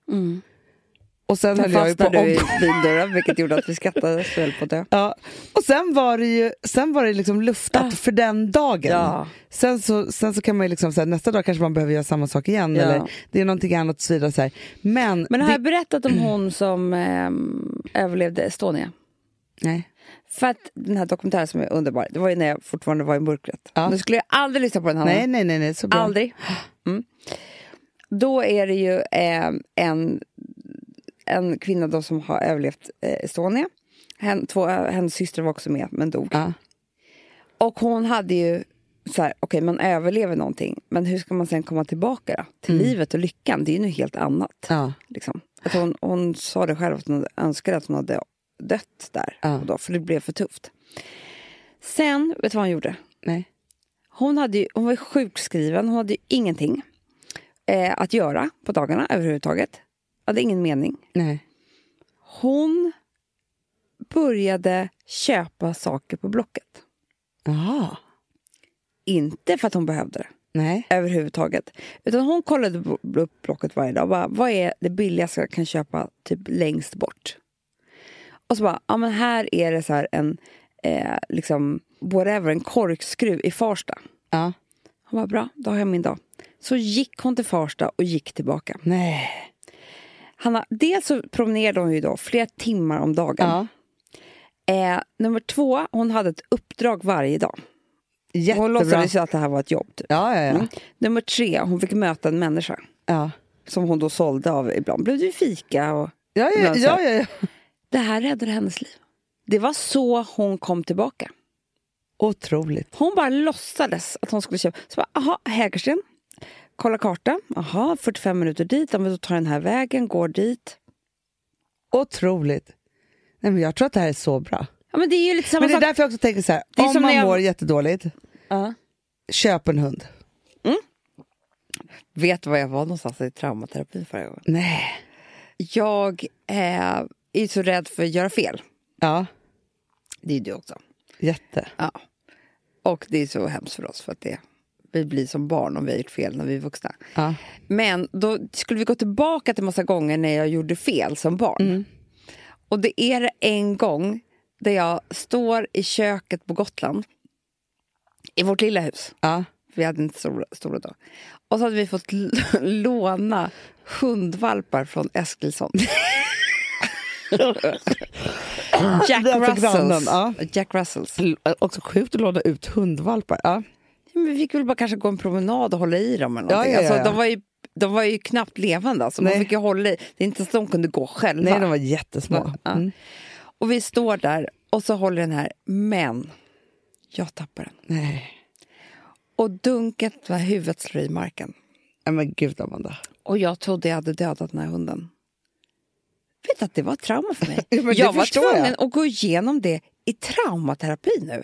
Speaker 6: Och sen höll
Speaker 2: sen
Speaker 6: jag ju på
Speaker 2: fastnade Mm. du i
Speaker 6: och,
Speaker 2: bildörren vilket gjorde att vi skrattade så höll på att dö.
Speaker 6: ja. och sen var det ju sen var det liksom luftat för den dagen.
Speaker 2: Ah. Ja.
Speaker 6: Sen, så, sen så kan man ju liksom säga nästa dag kanske man behöver göra samma sak igen
Speaker 2: Ja.
Speaker 6: eller det är någonting annat och så vidare. Så här. Men,
Speaker 2: Men har
Speaker 6: det,
Speaker 2: jag berättat
Speaker 6: [CLEARS THROAT]
Speaker 2: om hon som ehm, överlevde Estonia?
Speaker 6: nej.
Speaker 2: För att den här dokumentären som är underbar, det var ju när jag fortfarande var i mörkret.
Speaker 6: Ja.
Speaker 2: Nu skulle jag aldrig lyssna på den här.
Speaker 6: nej, nej, nej, nej, så bra.
Speaker 2: Aldrig. Mm. Då är det ju eh, en, en kvinna då som har överlevt eh, Estonia. Hen, två, hennes syster var också med, men dog.
Speaker 6: Ja.
Speaker 2: Och hon hade ju så här, okej man överlever någonting, men hur ska man sen komma tillbaka då? till
Speaker 6: Mm.
Speaker 2: livet och lyckan? Det är ju något helt annat.
Speaker 6: Ja.
Speaker 2: Liksom. Att hon, hon sa det själv, att hon önskade att hon hade dött där
Speaker 6: Ja.
Speaker 2: och då, för det blev för tufft. Sen, vet du vad hon gjorde?
Speaker 6: Nej.
Speaker 2: Hon, hade ju, hon var ju sjukskriven, hon hade ju ingenting eh, att göra på dagarna överhuvudtaget. Hade ingen mening.
Speaker 6: Nej.
Speaker 2: Hon började köpa saker på Blocket.
Speaker 6: Jaha.
Speaker 2: Inte för att hon behövde det
Speaker 6: Nej.
Speaker 2: överhuvudtaget. Utan hon kollade b- b- upp Blocket varje dag. och Bara, vad är det billigaste jag kan köpa typ längst bort? Och så bara, ja men här är det så här en, eh, liksom, whatever, en korkskruv i Farsta.
Speaker 6: Ja.
Speaker 2: Hon var bra, då har jag min dag. Så gick hon till Farsta och gick tillbaka.
Speaker 6: Nej.
Speaker 2: Hanna, dels så promenerade hon ju då flera timmar om dagen.
Speaker 6: Ja.
Speaker 2: Eh, nummer två, hon hade ett uppdrag varje dag.
Speaker 6: Jättebra.
Speaker 2: Hon låtsades ju att det här var ett jobb. Typ.
Speaker 6: Ja, ja, ja.
Speaker 2: Mm. Nummer tre, hon fick möta en människa
Speaker 6: ja.
Speaker 2: som hon då sålde av ibland. Blev det ju fika och...
Speaker 6: Ja, ja,
Speaker 2: Men så
Speaker 6: ja,
Speaker 2: här-
Speaker 6: ja, ja.
Speaker 2: Det här räddade hennes liv. Det var så hon kom tillbaka.
Speaker 6: Otroligt.
Speaker 2: Hon bara låtsades att hon skulle köpa. Så bara, aha, Hägersten. Kolla kartan. Aha, 45 minuter dit. Ja, men då tar jag den här vägen, går dit.
Speaker 6: Otroligt. Nej, men jag tror att det här är så bra.
Speaker 2: Ja, men det är ju lite samma
Speaker 6: Men det är
Speaker 2: sak.
Speaker 6: därför jag också tänker så här.
Speaker 2: Det är
Speaker 6: Om
Speaker 2: som
Speaker 6: man
Speaker 2: när jag-
Speaker 6: mår jättedåligt,
Speaker 2: Ja.
Speaker 6: köp en hund.
Speaker 2: Vet du var jag var någonstans i traumaterapi förra gången?
Speaker 6: Nej.
Speaker 2: Jag eh, är ju så rädd för att göra fel.
Speaker 6: Ja,
Speaker 2: Det är ju du också.
Speaker 6: jätte.
Speaker 2: Ja. Och det är så hemskt för oss för att det, vi blir som barn om vi har gjort fel när vi är vuxna.
Speaker 6: Ja.
Speaker 2: Men då skulle vi gå tillbaka till massa gånger när jag gjorde fel som barn.
Speaker 6: Mm.
Speaker 2: Och det är en gång där jag står i köket på Gotland, i vårt lilla hus.
Speaker 6: Ja.
Speaker 2: Vi hade inte stora, stora då. Och så hade vi fått l- [LAUGHS] låna hundvalpar från
Speaker 6: [LAUGHS]
Speaker 2: Eskilsson. [LAUGHS] Jack
Speaker 6: Den fick grannen,
Speaker 2: Russells.
Speaker 6: ja.
Speaker 2: Jack Russells.
Speaker 6: Också sjukt att låna ut hundvalpar. Ja.
Speaker 2: Ja, Men vi fick väl bara kanske gå en promenad och hålla i dem eller
Speaker 6: Ja,
Speaker 2: någonting.
Speaker 6: ja, ja, ja.
Speaker 2: Alltså, de, var ju, de var ju knappt levande, alltså. man
Speaker 6: Nej.
Speaker 2: fick ju hålla i. Det är inte så att de kunde gå själva.
Speaker 6: Nej, de var jättesmå.
Speaker 2: Ja.
Speaker 6: Mm.
Speaker 2: Och vi står där och så håller den här, men jag tappar den.
Speaker 6: Nej.
Speaker 2: Och dunket med huvudet slår i marken.
Speaker 6: Nej, Men gud Amanda.
Speaker 2: Och jag trodde jag hade dödat den här hunden. Vet du att det var ett trauma för mig.
Speaker 6: [LAUGHS] Ja, men det
Speaker 2: jag var
Speaker 6: förstår jag.
Speaker 2: tvungen att gå igenom det i traumaterapi nu. I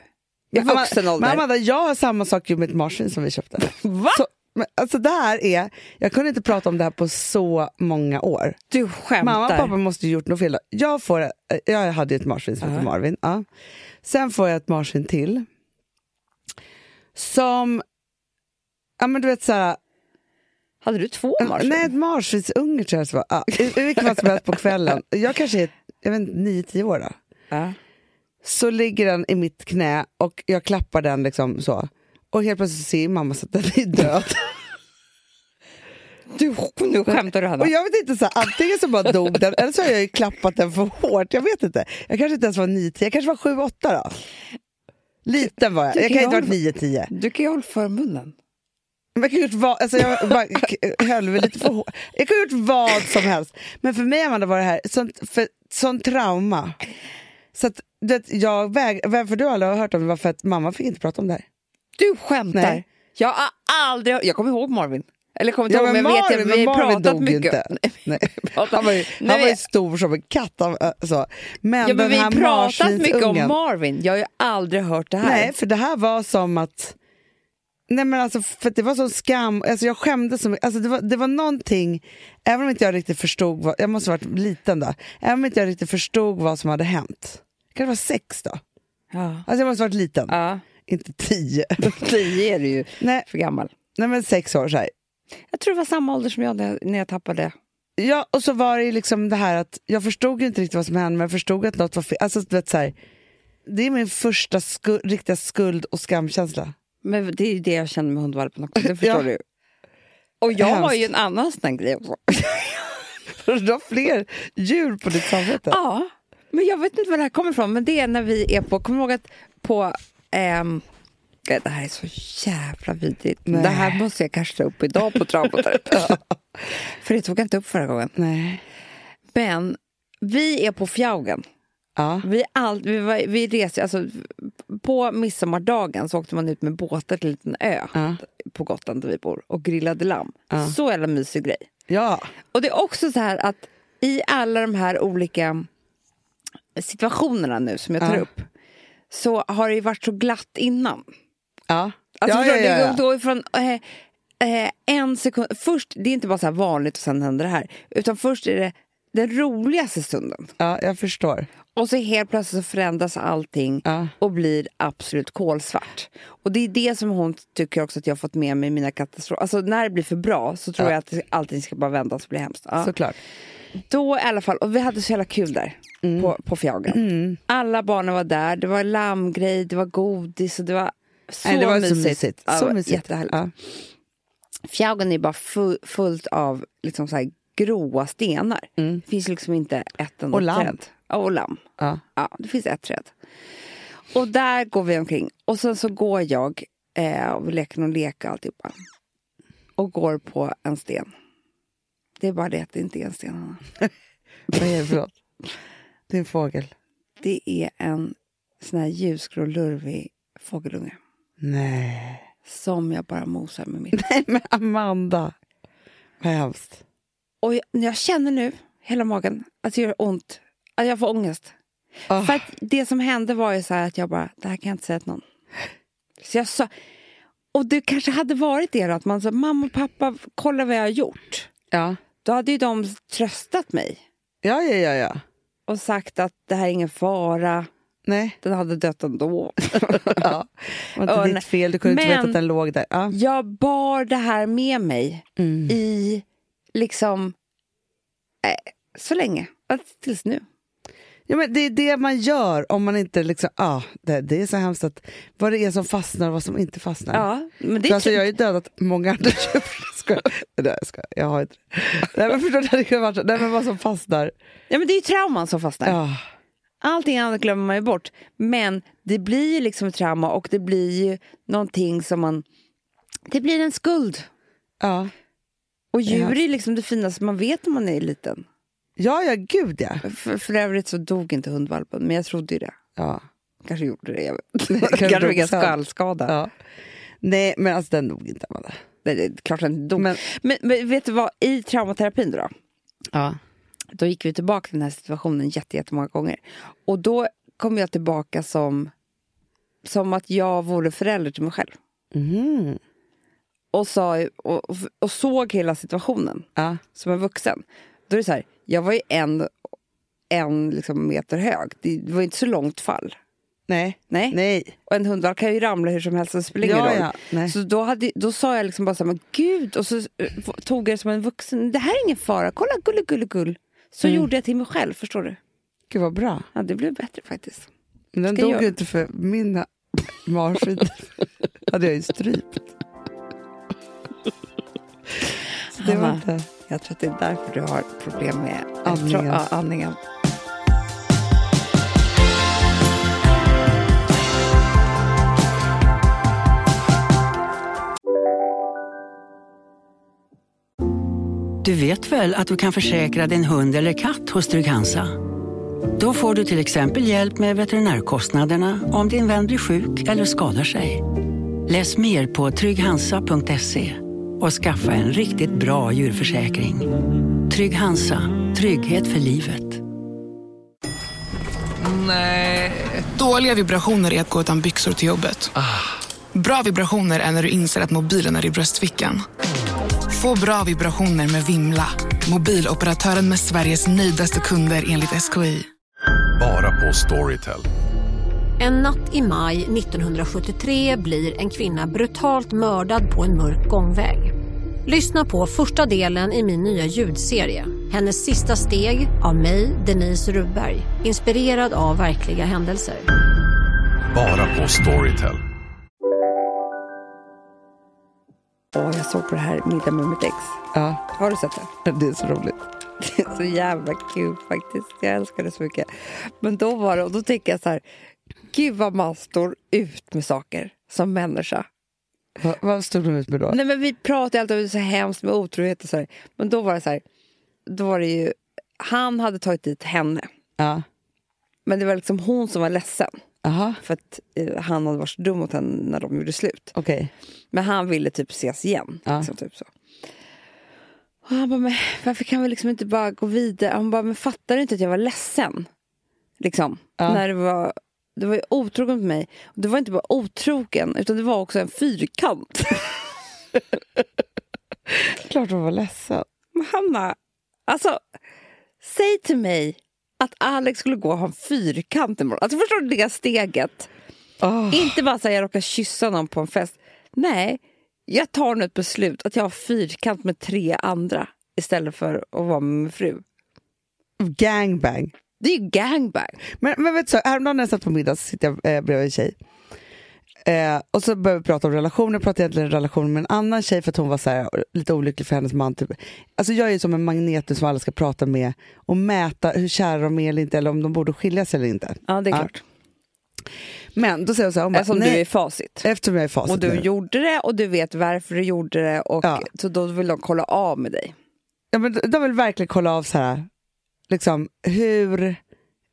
Speaker 6: Men Amanda-
Speaker 2: vuxen ålder.
Speaker 6: Men Amanda, jag har samma sak ju med ett marsvin som vi köpte.
Speaker 2: Va?
Speaker 6: Så, men, alltså det här är, jag kunde inte prata om det här på så många år.
Speaker 2: du skämtar.
Speaker 6: Mamma och pappa måste ju gjort något fel. då. Jag, får, eh, jag hade ju ett marsvin som hette Marvin. Ja. Sen får jag ett marsvin till. Som Ja, men du vet så här,
Speaker 2: Hade du två marsvin?
Speaker 6: Nej, ett marsvinsunge tror jag det var. Ja, I i vilket fall som helst på kvällen. Jag kanske är jag vet, inte, nio, tio år då.
Speaker 2: Ja.
Speaker 6: Så ligger den i mitt knä och jag klappar den liksom så. Och helt plötsligt ser mamma så att den är död.
Speaker 2: Du, nu skämtar du Hanna.
Speaker 6: Och jag vet inte, så här, antingen så bara dog den eller så har jag ju klappat den för hårt. Jag vet inte. Jag kanske inte ens var 9-10, jag kanske var 7-8 då. Liten var jag. Jag kan inte ha varit 9-10.
Speaker 2: Du kan ju hålla för munnen.
Speaker 6: Men Jag kan ha gjort vad, alltså jag bara k- höll väl lite för hårt. Jag kan ha gjort vad som helst. Men för mig Amanda var det här sånt, för, sånt trauma. Så att, du vet, jag väg, varför du aldrig har hört om det var för att mamma fick inte prata om det här.
Speaker 2: Du skämtar!
Speaker 6: Nej.
Speaker 2: Jag har aldrig... Jag kommer ihåg Marvin. Eller kommer inte
Speaker 6: Ja,
Speaker 2: ihåg, men,
Speaker 6: men
Speaker 2: jag vet
Speaker 6: Marvin-
Speaker 2: att vi
Speaker 6: men
Speaker 2: har
Speaker 6: Marvin
Speaker 2: pratat
Speaker 6: dog ju
Speaker 2: mycket.
Speaker 6: inte. Nej. Han var ju, han
Speaker 2: Nej,
Speaker 6: var ju
Speaker 2: men-
Speaker 6: stor som en katt. han- äh, Så. Men,
Speaker 2: Ja, men
Speaker 6: den
Speaker 2: vi har
Speaker 6: här
Speaker 2: pratat mycket om
Speaker 6: marsvinsungen-
Speaker 2: Marvin. Jag har ju aldrig hört det här.
Speaker 6: Nej, för det här var som att... Nej men alltså, för att det var sån skam, alltså jag skämdes så mycket. Alltså det, var, det var någonting, även om inte jag riktigt förstod, vad, jag måste ha varit liten då, även om inte jag riktigt förstod vad som hade hänt. Kanske var sex då?
Speaker 2: Ja.
Speaker 6: Alltså jag måste ha varit liten,
Speaker 2: Ja. [LAUGHS]
Speaker 6: inte tio.
Speaker 2: Tio är du ju
Speaker 6: nej,
Speaker 2: för gammal.
Speaker 6: nej men sex år så här.
Speaker 2: Jag tror det var samma ålder som jag när jag- när jag tappade.
Speaker 6: Ja, och så var det ju liksom det här att jag förstod ju inte riktigt vad som hände, men jag förstod att något var fel. Alltså du vet så här, det är min första sku- riktiga skuld och skamkänsla. [LAUGHS]
Speaker 2: Men det är ju det jag känner med hundvalpen också, det förstår
Speaker 6: Ja.
Speaker 2: du. Och jag
Speaker 6: Hemskt.
Speaker 2: har ju en annan sån här grej också.
Speaker 6: Du har fler djur på ditt samvete.
Speaker 2: Ja, men jag vet inte var det här kommer ifrån. Men det är när vi är på, kommer du ihåg att på... ehm, det här är så jävla vidrigt.
Speaker 6: Nej.
Speaker 2: Det här måste jag kanske ta upp idag på
Speaker 6: [LAUGHS]
Speaker 2: traumaterapi. För det tog jag inte upp förra gången.
Speaker 6: Nej.
Speaker 2: Men vi är på Fjaugen.
Speaker 6: Ja.
Speaker 2: Vi, all, vi, var, vi reste, alltså, på midsommardagen så åkte man ut med båtar till en liten ö
Speaker 6: Ja.
Speaker 2: på Gotland där vi bor och grillade lamm.
Speaker 6: Ja.
Speaker 2: Så jävla mysig grej.
Speaker 6: Ja.
Speaker 2: Och det är också så här att i alla de här olika situationerna nu som jag tar
Speaker 6: Ja.
Speaker 2: upp så har det ju varit så glatt innan.
Speaker 6: Ja.
Speaker 2: Alltså
Speaker 6: ja,
Speaker 2: förstår
Speaker 6: ja,
Speaker 2: du, det
Speaker 6: ja, ja.
Speaker 2: går ifrån eh, eh, en sekund... Först, det är inte bara så här vanligt och sen händer det här. Utan först är det den roligaste stunden.
Speaker 6: ja, jag förstår.
Speaker 2: Och så helt plötsligt så förändras allting
Speaker 6: Ja.
Speaker 2: och blir absolut kolsvart. Och det är det som hon tycker också att jag har fått med mig i mina katastrofer. Alltså när det blir för bra så tror
Speaker 6: Ja.
Speaker 2: jag att det- allting ska bara vändas och bli hemskt. Ja.
Speaker 6: Såklart.
Speaker 2: Då i alla fall, och vi hade så jävla kul där
Speaker 6: Mm.
Speaker 2: på, på fjaugen. Alla barnen var där, det var lammgrej, det var godis och det var så
Speaker 6: Nej, det var
Speaker 2: mysigt.
Speaker 6: så mysigt.
Speaker 2: Ja, det
Speaker 6: så
Speaker 2: var
Speaker 6: mysigt.
Speaker 2: Jättehärligt.
Speaker 6: Ja.
Speaker 2: Fjaugen är bara fu- fullt av liksom så här gråa stenar. Det finns liksom inte ett enda
Speaker 6: Mm. Och lamm.
Speaker 2: träd. Ja, och lamm.
Speaker 6: Ja.
Speaker 2: Ja, det finns ett träd. Och där går vi omkring. Och sen så går jag eh, och vi leker någon lek och alltihopa. Och går på en sten. Det är bara det att det inte är en sten, Hanna.
Speaker 6: Vad är det för något? Det är en fågel.
Speaker 2: Det är en sån här ljusgrå lurvig fågelunge.
Speaker 6: Nej.
Speaker 2: Som jag bara mosar med min.
Speaker 6: Nej, men Amanda. Vad hemskt.
Speaker 2: Och jag, jag känner nu, hela magen, att det gör ont. Att jag får ångest.
Speaker 6: Ah.
Speaker 2: För att det som hände var ju så här att jag bara, det här kan jag inte säga till någon. Så jag sa, och det kanske hade varit det då, att man sa, mamma och pappa, kolla vad jag har gjort.
Speaker 6: Ja.
Speaker 2: Då hade ju de tröstat mig
Speaker 6: Ja, ja, ja, ja.
Speaker 2: och sagt att det här är ingen fara,
Speaker 6: Nej.
Speaker 2: den hade dött ändå.
Speaker 6: Ja. Det var inte
Speaker 2: Örn.
Speaker 6: ditt fel, du kunde inte
Speaker 2: Men-
Speaker 6: veta att den låg där. Ja.
Speaker 2: Jag bar det här med mig
Speaker 6: Mm.
Speaker 2: i, liksom, eh, så länge. Att- Tills nu.
Speaker 6: Ja, men det är det man gör om man inte liksom, ah, det, det är så hemskt att vad det är som fastnar och vad som inte fastnar.
Speaker 2: Ja, men det
Speaker 6: För
Speaker 2: är
Speaker 6: alltså,
Speaker 2: kul.
Speaker 6: jag har ju dödat många andra [LAUGHS] djur. Skojar. Nej, jag skojar. Jag har inte Nej, men förstår du? Det kan vara så- Nej, men vad som fastnar.
Speaker 2: Ja, men det är ju trauman som fastnar.
Speaker 6: Ja.
Speaker 2: Allting annat glömmer man ju bort. Men det blir ju liksom ett trauma och det blir ju någonting som man... Det blir en skuld.
Speaker 6: Ja.
Speaker 2: Och
Speaker 6: är
Speaker 2: djur är liksom det finaste man vet när man är liten.
Speaker 6: ja, ja, gud ja.
Speaker 2: För, för övrigt så dog inte hundvalpen, men jag trodde ju det.
Speaker 6: ja.
Speaker 2: Kanske gjorde det. Jag
Speaker 6: dog
Speaker 2: [LAUGHS]
Speaker 6: [LAUGHS]
Speaker 2: kanske fick en
Speaker 6: sen.
Speaker 2: skallskada.
Speaker 6: ja. Nej, men alltså den dog inte, Amanda.
Speaker 2: Nej, det är klart den inte dog. Men,
Speaker 6: Men-
Speaker 2: men, vet du vad, i traumaterapin då, då?
Speaker 6: Ja.
Speaker 2: Då gick vi tillbaka till den här situationen jätte- jättemånga gånger. Och då kom jag tillbaka som, som att jag vore förälder till mig själv.
Speaker 6: Mhm.
Speaker 2: och, sa, och, och såg hela situationen
Speaker 6: Ja.
Speaker 2: som en vuxen. Då är det så här, jag var ju en, en liksom meter hög. Det var ju inte så långt fall.
Speaker 6: Nej.
Speaker 2: Nej.
Speaker 6: Nej.
Speaker 2: Och en hundvalp kan ju ramla hur som helst, så det spelar ingen
Speaker 6: Ja,
Speaker 2: roll.
Speaker 6: ja. Nej.
Speaker 2: Så då, hade, då sa jag liksom bara så här, men gud, och så eh, tog jag det som en vuxen. Det här är ingen fara, kolla gulle, gulle, gull. Så
Speaker 6: Mm.
Speaker 2: gjorde jag till mig själv, förstår du?
Speaker 6: Gud vad bra.
Speaker 2: Ja, det blev bättre faktiskt.
Speaker 6: Men den
Speaker 2: Ska jag
Speaker 6: dog
Speaker 2: göra-
Speaker 6: ju inte för mina [LAUGHS] marsvin [LAUGHS] hade jag ju [LAUGHS] strypt. Så det var
Speaker 2: Hanna.
Speaker 6: inte...
Speaker 2: Jag tror att det är därför du har problem med
Speaker 6: Andningen.
Speaker 2: andningen. Ja, andningen.
Speaker 7: Du vet väl att du kan försäkra din hund eller katt hos Trygg-Hansa? Då får du till exempel hjälp med veterinärkostnaderna om din vän blir sjuk eller skadar sig. Läs mer på trygghansa.se och skaffa en riktigt bra djurförsäkring. Trygg-Hansa, trygghet för livet.
Speaker 8: Dåliga vibrationer är att gå utan byxor till jobbet. Bra vibrationer är när du inser att mobilen är i bröstfickan. Få bra vibrationer med Vimla. Mobiloperatören med Sveriges nöjdaste kunder enligt SKI.
Speaker 9: Bara på Storytel.
Speaker 10: En natt i maj 1973 blir en kvinna brutalt mördad på en mörk gångväg. Lyssna på första delen i min nya ljudserie. Hennes sista steg av mig, Denise Rubberg. Inspirerad av verkliga händelser.
Speaker 9: Bara på Storytel.
Speaker 2: Och jag såg på det här Middag med mitt ex.
Speaker 6: Ja,
Speaker 2: Har du sett det?
Speaker 6: [LAUGHS] det är så roligt.
Speaker 2: Det är så jävla kul faktiskt. Jag älskar det så mycket. Men då var det, och då tänker jag så här, gud vad man står ut med saker som människa.
Speaker 6: Vad, vad stod de ut med då?
Speaker 2: Nej men vi pratar ju alltid om det är så hemskt med otrohet och så här. Men då var det så här, då var det ju, han hade tagit dit henne.
Speaker 6: Ja.
Speaker 2: Men det var liksom hon som var ledsen
Speaker 6: Aha,
Speaker 2: för att eh, han hade varit så dum mot henne när de gjorde slut.
Speaker 6: okej.
Speaker 2: Men han ville typ ses igen.
Speaker 6: Ja.
Speaker 2: Liksom, typ så. Och han bara, men varför kan vi liksom inte bara gå vidare? Han bara, men fattar du inte att jag var ledsen? Liksom,
Speaker 6: Ja.
Speaker 2: när det var... Det var ju otrogen mot mig. Och det var inte bara otrogen, utan det var också en fyrkant.
Speaker 6: [LAUGHS] Klart hon var ledsen.
Speaker 2: Men Hanna, alltså, säg till mig att Alex skulle gå och ha en fyrkant imorgon. Alltså förstår du det steget?
Speaker 6: Åh,
Speaker 2: Inte bara säga jag råkar kyssa någon på en fest. Nej, jag tar nu ett beslut att jag har fyrkant med tre andra istället för att vara med min fru.
Speaker 6: gangbang.
Speaker 2: Det är ju gangbang.
Speaker 6: Men, men vet du, så, häromdagen när jag satt på middag så sitter jag eh, bredvid en tjej. Eh, och så började vi prata om relationer, pratade egentligen relation med en annan tjej för att hon var så här, lite olycklig för hennes man. Typ. Alltså jag är ju som en magnet nu som alla ska prata med och mäta hur kära de är eller inte, eller om de borde skilja sig eller inte.
Speaker 2: Ja, det är
Speaker 6: Ja.
Speaker 2: klart.
Speaker 6: Men då säger hon så här, hon bara,
Speaker 2: Eftersom
Speaker 6: nej, Eh,
Speaker 2: du är i facit.
Speaker 6: eftersom jag är i facit
Speaker 2: Och du
Speaker 6: nu.
Speaker 2: gjorde det och du vet varför du gjorde det. Och
Speaker 6: Ja.
Speaker 2: Så då vill de kolla av med dig.
Speaker 6: ja, men de- de vill verkligen kolla av så här, liksom hur,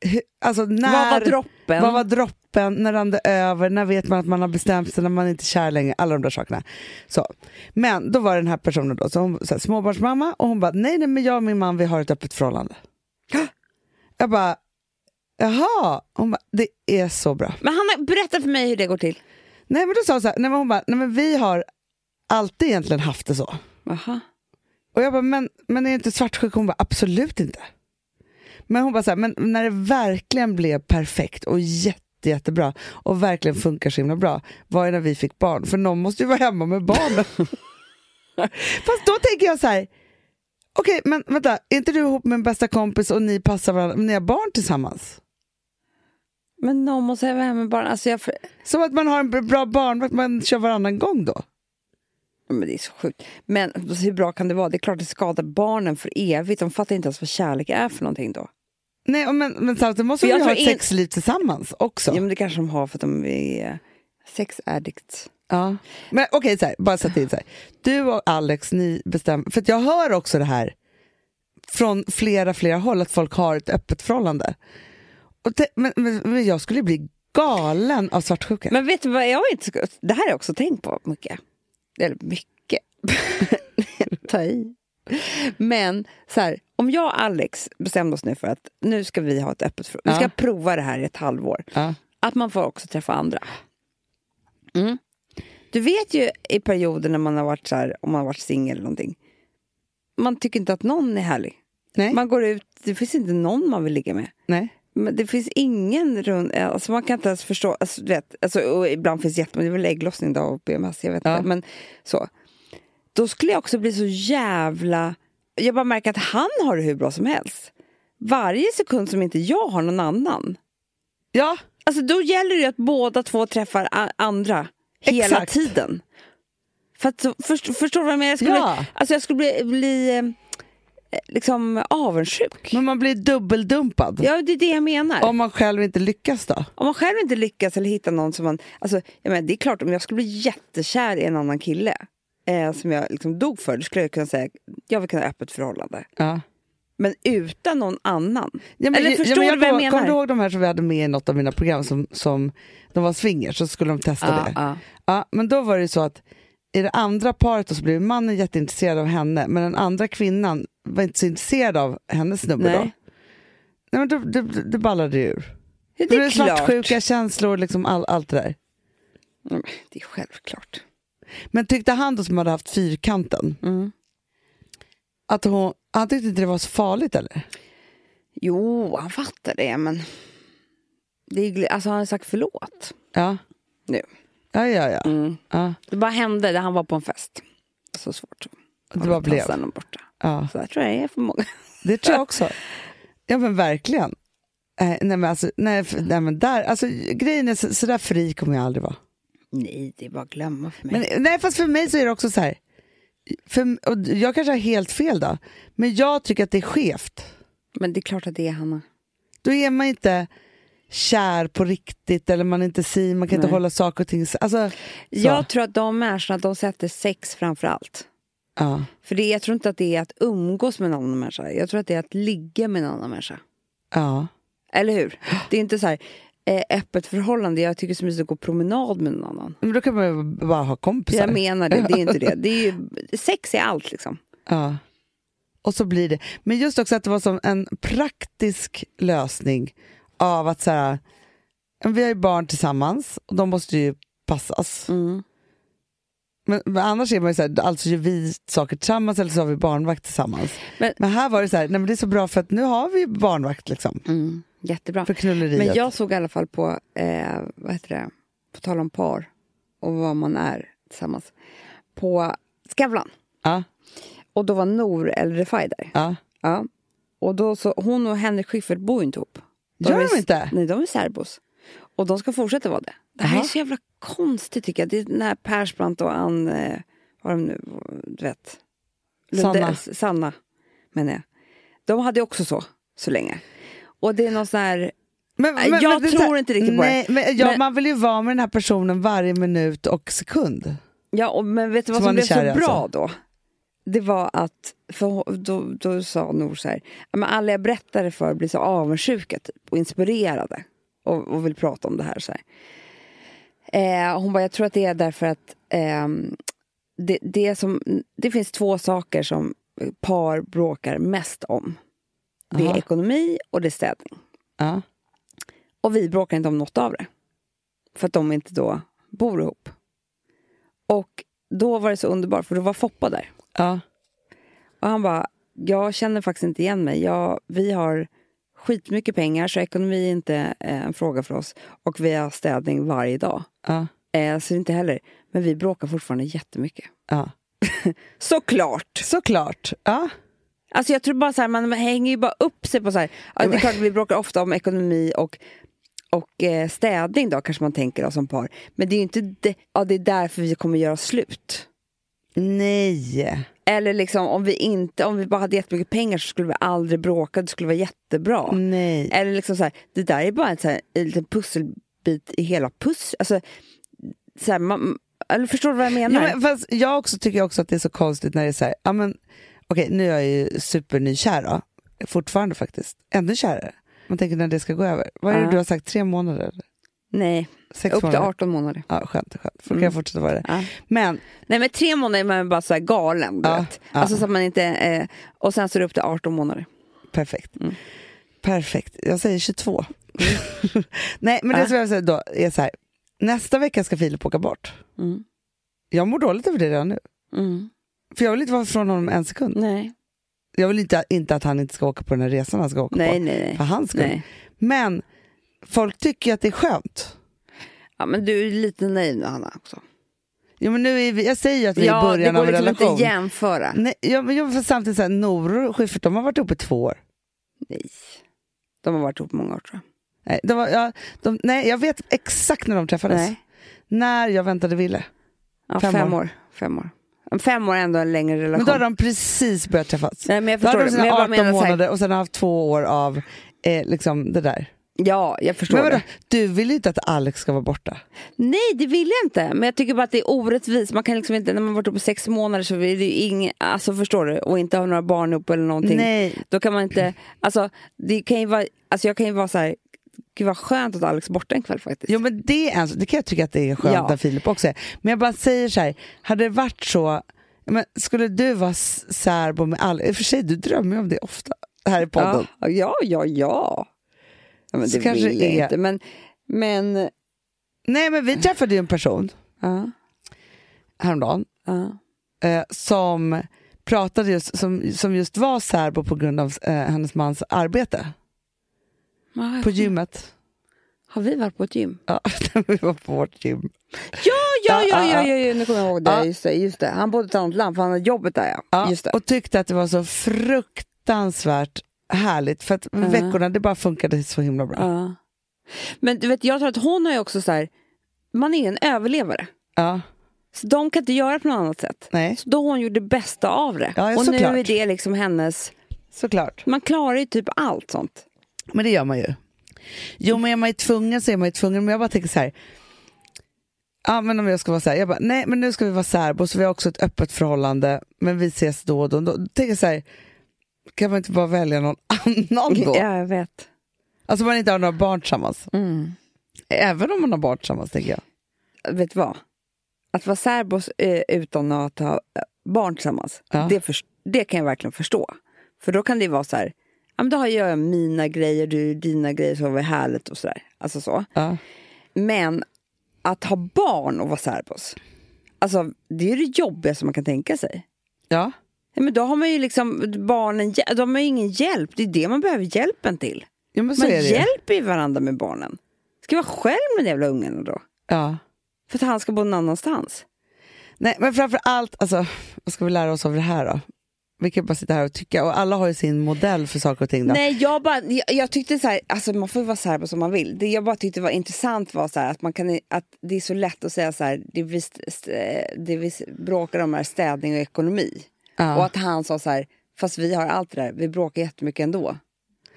Speaker 6: hur alltså när...
Speaker 2: Vad var droppen?
Speaker 6: Vad var droppen? När rann det över? När vet man att man har bestämt sig? När man inte är kär längre? Alla de där sakerna. Så. Men då var det den här personen då, så hon, så här, småbarnsmamma och hon bara, nej, nej men jag och min man vi har ett öppet förhållande. Jag bara, jaha? Hon bara, det är så bra.
Speaker 2: Men Hanna, berätta för mig hur det går till.
Speaker 6: Nej men då sa hon så här, nej, men hon bara, nej men vi har alltid egentligen haft det så.
Speaker 2: Aha.
Speaker 6: Och jag bara, men, men är jag inte svartsjuk? Hon bara, absolut inte. Men hon bara så här, men när det verkligen blev perfekt och jätte, jättebra och verkligen funkar så himla bra var ju när vi fick barn, för någon måste ju vara hemma med
Speaker 2: [LAUGHS]
Speaker 6: barnen. Fast då tänker jag så här, okej men vänta, är inte du ihop med en bästa kompis och ni passar varandra, men ni har barn tillsammans?
Speaker 2: Men någon måste vara hemma med barnen. Alltså jag... för-
Speaker 6: Som att man har en b- bra barnvakt, man kör varannan gång då.
Speaker 2: Men det är så sjukt. Men hur bra kan det vara? Det är klart det skadar barnen för evigt. De fattar inte ens vad kärlek är för någonting då.
Speaker 6: Nej, och men, men samtidigt måste
Speaker 2: För
Speaker 6: vi
Speaker 2: jag
Speaker 6: ha
Speaker 2: tror
Speaker 6: ett
Speaker 2: in-
Speaker 6: sexliv tillsammans också.
Speaker 2: Ja, men det kanske de har för att de är sex addicts.
Speaker 6: Ja. Men okej, så här, bara sätta in så här. Du och Alex, ni bestämmer. För att jag hör också det här från flera, flera håll att folk har ett öppet förhållande. Och te- men, men, men jag skulle bli galen av svartsjuka.
Speaker 2: Men vet du vad jag inte ska... Det här har jag också tänkt på mycket. Eller mycket. [LAUGHS] Ta i. Men så här, om jag och Alex bestämde oss nu för att nu ska vi ha ett öppet förhållande. Vi
Speaker 6: Ja.
Speaker 2: ska prova det här i ett halvår.
Speaker 6: Ja.
Speaker 2: Att man får också träffa andra. Mm. Du vet ju i perioder när man har varit så här, om man har varit singel eller någonting. Man tycker inte att någon är härlig.
Speaker 6: Nej,
Speaker 2: Man går ut, det finns inte någon man vill ligga med.
Speaker 6: nej.
Speaker 2: Men det finns ingen rund... Alltså man kan inte ens förstå. Alltså, du vet, alltså, och ibland finns det jättemånga... Det är väl ägglossning då och PMS, jag vet
Speaker 6: Ja.
Speaker 2: inte. Men så. Då skulle jag också bli så jävla... Jag bara märker att han har det hur bra som helst. Varje sekund som inte jag har någon annan.
Speaker 6: Ja,
Speaker 2: Alltså då gäller det ju att båda två träffar a- andra hela
Speaker 6: Exakt.
Speaker 2: tiden. För att, så- först, förstår du vad jag menar? Jag skulle,
Speaker 6: Ja.
Speaker 2: bli, alltså jag skulle bli, bli eh, liksom avundsjuk.
Speaker 6: men man blir dubbeldumpad.
Speaker 2: Ja, det är det jag menar.
Speaker 6: Om man själv inte lyckas då?
Speaker 2: Om man själv inte lyckas eller hittar någon som man... Alltså, jag menar, det är klart, om jag skulle bli jättekär i en annan kille eh, som jag liksom dog för, då skulle jag kunna säga jag vill kunna ha öppet förhållande.
Speaker 6: Ja.
Speaker 2: Men utan någon annan.
Speaker 6: Ja,
Speaker 2: eller
Speaker 6: ja,
Speaker 2: förstår
Speaker 6: men
Speaker 2: du vad jag
Speaker 6: kommer- Kommer du
Speaker 2: menar?
Speaker 6: ihåg de här som vi hade med i något av mina program som, som de var swingers så skulle de testa
Speaker 2: Ja,
Speaker 6: det.
Speaker 2: ja.
Speaker 6: Ja, men då var det ju så att i det andra paret då så blev mannen jätteintresserad av henne men den andra kvinnan var inte så intresserad av hennes snubbe
Speaker 2: Nej.
Speaker 6: då. Nej, men då, då, då, då ballade det ur.
Speaker 2: Ja,
Speaker 6: Det
Speaker 2: Det
Speaker 6: blev
Speaker 2: är klart.
Speaker 6: svartsjuka känslor, liksom all, allt det där.
Speaker 2: Mm, Det är självklart.
Speaker 6: Men tyckte han då som hade haft fyrkanten,
Speaker 2: Mm.
Speaker 6: att hon, han tyckte inte det var så farligt eller?
Speaker 2: Jo, han fattar det, men... Det är, gl- alltså, han har sagt förlåt.
Speaker 6: Ja.
Speaker 2: Nu.
Speaker 6: Ja, ja, ja.
Speaker 2: Mm.
Speaker 6: ja.
Speaker 2: Det bara hände när han var på en fest. Så svårt.
Speaker 6: Det bara blev.
Speaker 2: Sen och borta.
Speaker 6: Ja.
Speaker 2: Så jag tror jag är för många.
Speaker 6: Det tror jag också. Ja men verkligen. Eh, nej men alltså, nej, f- nej men där, alltså grejen är så, så där fri kommer jag aldrig vara.
Speaker 2: Nej, det är bara att glömma för mig.
Speaker 6: Men, nej fast för mig så är det också så här, för, och jag kanske har helt fel då, men jag tycker att det är skevt.
Speaker 2: Men det är klart att det är Hanna.
Speaker 6: Då är man inte kär på riktigt eller man är inte si, man kan inte
Speaker 2: Nej.
Speaker 6: hålla saker och ting så- alltså, så.
Speaker 2: Jag tror att de människorna, de sätter sex framför allt.
Speaker 6: ja.
Speaker 2: För det, jag tror inte att det är att umgås med en annan människa. Jag tror att det är att ligga med en annan människa.
Speaker 6: ja.
Speaker 2: Eller hur? Det är inte så här eh, öppet förhållande. Jag tycker så mysigt att gå promenad med någon annan.
Speaker 6: Men då kan man ju bara ha kompisar.
Speaker 2: Jag menar det, det är
Speaker 6: [LAUGHS]
Speaker 2: inte det. det är ju, sex är allt liksom.
Speaker 6: Ja. Och så blir det. Men just också att det var som en praktisk lösning av att så här, men vi har ju barn tillsammans och de måste ju passas.
Speaker 2: Mm.
Speaker 6: Men, men annars är man ju så här, alltså gör vi saker tillsammans eller så har vi barnvakt tillsammans. Men,
Speaker 2: Men-
Speaker 6: här var det så här, nej men det är så bra för att nu har vi barnvakt liksom.
Speaker 2: Mm. Jättebra.
Speaker 6: För knulleriet.
Speaker 2: Men jag såg i alla fall på, eh, vad heter det, på tal om par och vad man är tillsammans, på Skavlan.
Speaker 6: Ja.
Speaker 2: Och då var Nor El Refai där.
Speaker 6: Ja.
Speaker 2: Ja. Och då så, hon och Henrik Schyffert bor ju inte ihop.
Speaker 6: Gör
Speaker 2: är,
Speaker 6: de inte?
Speaker 2: Nej, de är särbos. Och de ska fortsätta vara det. Det här är så jävla konstigt tycker jag. Det är när Persbrandt och Ann, eh, vad de nu, du vet.
Speaker 6: Sanna.
Speaker 2: Sanna, menar jag. De hade ju också så, så länge. Och det är någon sån här
Speaker 6: Men,
Speaker 2: jag
Speaker 6: det är så
Speaker 2: tror inte riktigt på det.
Speaker 6: nej, men, ja,
Speaker 2: Men-
Speaker 6: Man vill ju vara med den här personen varje minut och sekund.
Speaker 2: Ja, och, men vet du vad
Speaker 6: Som
Speaker 2: som
Speaker 6: man är
Speaker 2: blev så
Speaker 6: kär i,
Speaker 2: bra
Speaker 6: alltså.
Speaker 2: då? Det var att, för ho- då, då sa Nor så här, "Ja, men alla jag berättar det för blir så avundsjuka typ, och inspirerade och, och vill prata om det här. Så här. Eh, hon bara, jag tror att det är därför att ehm, det, det, är som, det finns två saker som par bråkar mest om. Det är
Speaker 6: Aha.
Speaker 2: ekonomi och det är städning.
Speaker 6: Ja.
Speaker 2: Och vi bråkar inte om något av det. För att de inte då bor ihop. Och då var det så underbart, för då var Foppa där.
Speaker 6: Ja.
Speaker 2: Och han bara, jag känner faktiskt inte igen mig. Jag, vi har skitmycket pengar, så ekonomi är inte eh, en fråga för oss. Och vi har städning varje dag.
Speaker 6: Ja.
Speaker 2: Eh, så det är inte heller. Men vi bråkar fortfarande jättemycket.
Speaker 6: ja.
Speaker 2: [LAUGHS] Såklart!
Speaker 6: Såklart. Ja.
Speaker 2: Alltså jag tror bara så här, man hänger ju bara upp sig på så här. Ja, det är klart vi bråkar ofta om ekonomi och, och eh, städning då kanske man tänker då, som par. Men det är ju inte det, ja, det är därför vi kommer göra slut.
Speaker 6: Nej.
Speaker 2: Eller liksom om vi inte, om vi bara hade jättemycket pengar så skulle vi aldrig bråka, det skulle vara jättebra.
Speaker 6: Nej.
Speaker 2: Eller liksom så här, det där är bara en, så här, en liten pusselbit i hela pusslet. Alltså, så här, man, eller förstår du vad jag
Speaker 6: Ja,
Speaker 2: menar?
Speaker 6: men fast jag också tycker också att det är så konstigt när det är så här, ja men okej nu är jag ju supernykär då, fortfarande faktiskt, ännu kärare. Man tänker när det ska gå över. Vad är det
Speaker 2: Ja.
Speaker 6: du har sagt, tre månader? eller?
Speaker 2: Nej,
Speaker 6: Sex
Speaker 2: upp till
Speaker 6: månader?
Speaker 2: 18 månader.
Speaker 6: Ja, skönt, skönt. Då kan
Speaker 2: Mm.
Speaker 6: jag fortsätta vara det.
Speaker 2: Ja.
Speaker 6: Men,
Speaker 2: Nej men tre månader är man bara så här galen. Du
Speaker 6: Ja,
Speaker 2: vet.
Speaker 6: ja.
Speaker 2: Alltså så att man inte, eh, och sen så är det upp till 18 månader.
Speaker 6: perfekt.
Speaker 2: Mm.
Speaker 6: Perfekt, jag säger 22. [LAUGHS] Nej, men det
Speaker 2: Mm. Ja.
Speaker 6: som jag vill säga då är så här, nästa vecka ska Filip åka bort.
Speaker 2: Mm.
Speaker 6: Jag mår dåligt över det redan nu.
Speaker 2: Mm.
Speaker 6: För jag vill inte vara från honom en sekund.
Speaker 2: Nej.
Speaker 1: jag vill inte, inte att han inte ska åka på den här resan han ska åka
Speaker 2: Nej,
Speaker 1: på.
Speaker 2: nej, nej.
Speaker 1: För hans skull.
Speaker 2: Nej.
Speaker 1: Men folk tycker ju att det är skönt.
Speaker 2: Ja, men du är lite naiv nu, Hanna. Också.
Speaker 1: Ja, men nu är vi, jag säger ju att vi är i
Speaker 2: ja, det
Speaker 1: början
Speaker 2: går
Speaker 1: av en
Speaker 2: liksom
Speaker 1: relation.
Speaker 2: inte att jämföra.
Speaker 1: Nej, ja, men jag, för samtidigt så här, Noror och Schyffert, de har varit ihop i två år.
Speaker 2: Nej. De har varit ihop många år, tror jag.
Speaker 1: Nej, de var, ja, de, nej, jag vet exakt när de träffades.
Speaker 2: Nej.
Speaker 1: När jag väntade Ville.
Speaker 2: Ja,
Speaker 1: Fem
Speaker 2: fem,
Speaker 1: år.
Speaker 2: år. Fem år. Men Fem år är ändå en längre relation.
Speaker 1: Men då hade de precis börjat träffas.
Speaker 2: Nej, men jag
Speaker 1: Då hade
Speaker 2: förstår
Speaker 1: de
Speaker 2: det. Men
Speaker 1: sina
Speaker 2: jag bara
Speaker 1: 18
Speaker 2: menar så här,
Speaker 1: månader och sen haft två år av eh, liksom det där.
Speaker 2: ja, jag förstår
Speaker 1: Men vadå,
Speaker 2: det.
Speaker 1: du vill ju inte att Alex ska vara borta.
Speaker 2: Nej, det vill jag inte. Men jag tycker bara att det är orättvist. Man kan liksom inte, när man varit ihop i sex månader så vill det ju ingen, alltså förstår du? Och inte ha några barn ihop eller någonting.
Speaker 1: Nej.
Speaker 2: Då kan man inte, alltså det kan ju vara, alltså jag kan ju vara så här, gud vad skönt att Alex är borta en kväll faktiskt.
Speaker 1: Jo men det, är, en- det kan jag tycka att det är skönt
Speaker 2: Ja.
Speaker 1: när Filip också är. Men jag bara säger så här, hade det varit så, ja, men skulle du vara s- särbo med Alex, i och för sig du drömmer ju om det ofta här i podden.
Speaker 2: Ja, ja, ja. ja. ja men
Speaker 1: Så
Speaker 2: det
Speaker 1: kanske
Speaker 2: vill jag
Speaker 1: det är-
Speaker 2: inte. Men, men,
Speaker 1: Nej men vi träffade ju en person
Speaker 2: ja,
Speaker 1: häromdagen
Speaker 2: ja.
Speaker 1: eh, som pratade just, som, som just var särbo på grund av eh, hennes mans arbete på gymmet.
Speaker 2: Har vi varit på ett gym?
Speaker 1: Ja, [LAUGHS] när vi var på vårt gym.
Speaker 2: Ja,
Speaker 1: Ja,
Speaker 2: ja, ja,
Speaker 1: ja,
Speaker 2: ja, ja, ja. nu kommer jag ihåg det.
Speaker 1: Ja.
Speaker 2: Just det, just det. Han bodde i ett annat land för han hade jobbet där ja.
Speaker 1: Ja,
Speaker 2: Just det.
Speaker 1: Och tyckte att det var så fruktansvärt härligt för att veckorna det bara funkade så himla bra.
Speaker 2: Ja. Men du vet, jag tror att hon har ju också så här, man är en överlevare.
Speaker 1: Ja.
Speaker 2: Så de kan inte göra på något annat sätt.
Speaker 1: Nej,
Speaker 2: Så då har hon gjort det bästa av det.
Speaker 1: Ja, ja,
Speaker 2: och
Speaker 1: såklart.
Speaker 2: nu är det liksom hennes,
Speaker 1: såklart.
Speaker 2: man klarar ju typ allt sånt.
Speaker 1: Men det gör man ju. Jo, men är man ju tvungen så är man ju tvungen. Men jag bara tänker så här. Ja, men om jag ska vara så här. Jag bara, nej, men nu ska vi vara särbo, så vi har också ett öppet förhållande. Men vi ses då och då. då tänker jag så här. Kan man inte bara välja någon [LAUGHS] annan då?
Speaker 2: Ja, jag vet.
Speaker 1: Alltså man inte har några barn tillsammans.
Speaker 2: Mm.
Speaker 1: Även om man har barn tillsammans, tänker jag.
Speaker 2: Vet du vad? Att vara särbos eh, utan att ha eh, barn tillsammans,
Speaker 1: Ja.
Speaker 2: det, förs- det kan jag verkligen förstå. För då kan det ju vara så här, ja, men då har jag mina grejer, du dina grejer, så har vi härligt och sådär. Alltså så.
Speaker 1: Ja.
Speaker 2: Men att ha barn och vara särbos, alltså, det är det jobbigaste man kan tänka sig.
Speaker 1: Ja.
Speaker 2: Ja, men då har man ju liksom barnen, hj- de har ju ingen hjälp, det är det man behöver hjälpen till.
Speaker 1: Jo, men så
Speaker 2: Man
Speaker 1: är det ju.
Speaker 2: hjälper ju varandra med barnen. Ska jag vara själv med den jävla ungen då?
Speaker 1: Ja.
Speaker 2: För att han ska bo någon annanstans.
Speaker 1: Nej, men framför allt, alltså, vad ska vi lära oss av det här då? Vi kan bara sitta här och tycka. Och alla har ju sin modell för saker och ting. Då.
Speaker 2: Nej, jag, bara, jag, jag tyckte så här, alltså man får ju vara serbo som man vill. Det jag bara tyckte var intressant var så här, att, man kan, att det är så lätt att säga så här, det vi, st- st- det vi s- bråkar om är städning och ekonomi.
Speaker 1: Ja.
Speaker 2: Och att han sa så här, fast vi har allt det där, vi bråkar jättemycket ändå.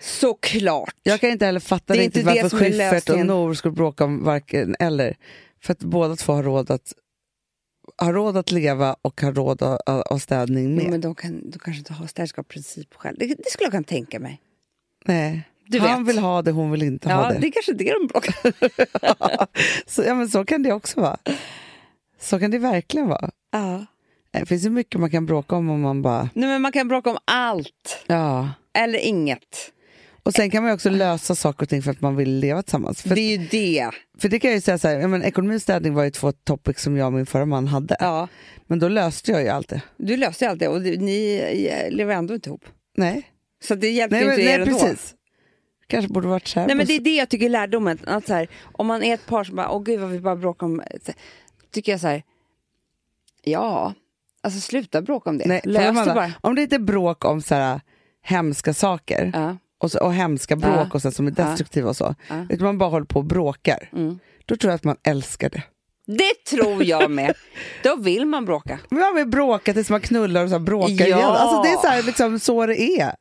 Speaker 2: Såklart!
Speaker 1: Jag kan inte heller fatta
Speaker 2: Det är
Speaker 1: riktigt
Speaker 2: inte det
Speaker 1: varför
Speaker 2: som är
Speaker 1: Schyffert och
Speaker 2: lösningen.
Speaker 1: Nor skulle bråka om varken eller. För att båda två har råd att, har råd att leva och har råd att att ha städning med.
Speaker 2: Jo, men de, kan, de kanske inte har städskap princip själv. Det, det skulle jag kunna tänka mig.
Speaker 1: Nej.
Speaker 2: Du
Speaker 1: Han
Speaker 2: vet.
Speaker 1: vill ha det, hon vill inte ha
Speaker 2: Ja,
Speaker 1: det.
Speaker 2: det är kanske det de bråkar
Speaker 1: [LAUGHS] Så, ja, men så kan det också vara. Så kan det verkligen vara.
Speaker 2: ja.
Speaker 1: Det finns ju mycket man kan bråka om om man bara...
Speaker 2: Nej, men Man kan bråka om allt,
Speaker 1: Ja.
Speaker 2: eller inget.
Speaker 1: Och sen kan man ju också lösa saker och ting för att man vill leva tillsammans. För
Speaker 2: det är ju det.
Speaker 1: För det kan jag ju säga så här, ja, men ekonomi och städning var ju två topics som jag och min förra man hade.
Speaker 2: Ja.
Speaker 1: Men då löste jag ju allt det.
Speaker 2: Du löste ju allt det och du- ni eh, lever ändå inte ihop.
Speaker 1: Nej,
Speaker 2: Så det hjälpte
Speaker 1: nej,
Speaker 2: ju
Speaker 1: men,
Speaker 2: inte er
Speaker 1: nej
Speaker 2: ändå.
Speaker 1: precis. Kanske borde varit kär
Speaker 2: Nej, men
Speaker 1: på-
Speaker 2: det är det jag tycker är lärdomen. Att så här, om man är ett par som bara, åh gud vad vi bara bråkar om... så- Tycker jag så här, ja, alltså sluta bråka om det.
Speaker 1: nej,
Speaker 2: Lös
Speaker 1: Amanda,
Speaker 2: det bara.
Speaker 1: Om det inte är bråk om så här, hemska saker
Speaker 2: Ja.
Speaker 1: och, så, och hemska bråk
Speaker 2: Ja.
Speaker 1: och så, som är destruktiva och så,
Speaker 2: Ja. Mm.
Speaker 1: utan man bara håller på och bråkar, då tror jag att man älskar det.
Speaker 2: Det tror jag med. Då vill man bråka.
Speaker 1: Men man vill bråka tills man knullar och så här, bråkar
Speaker 2: Ja.
Speaker 1: igen. Alltså, det är så, här, liksom, så det är.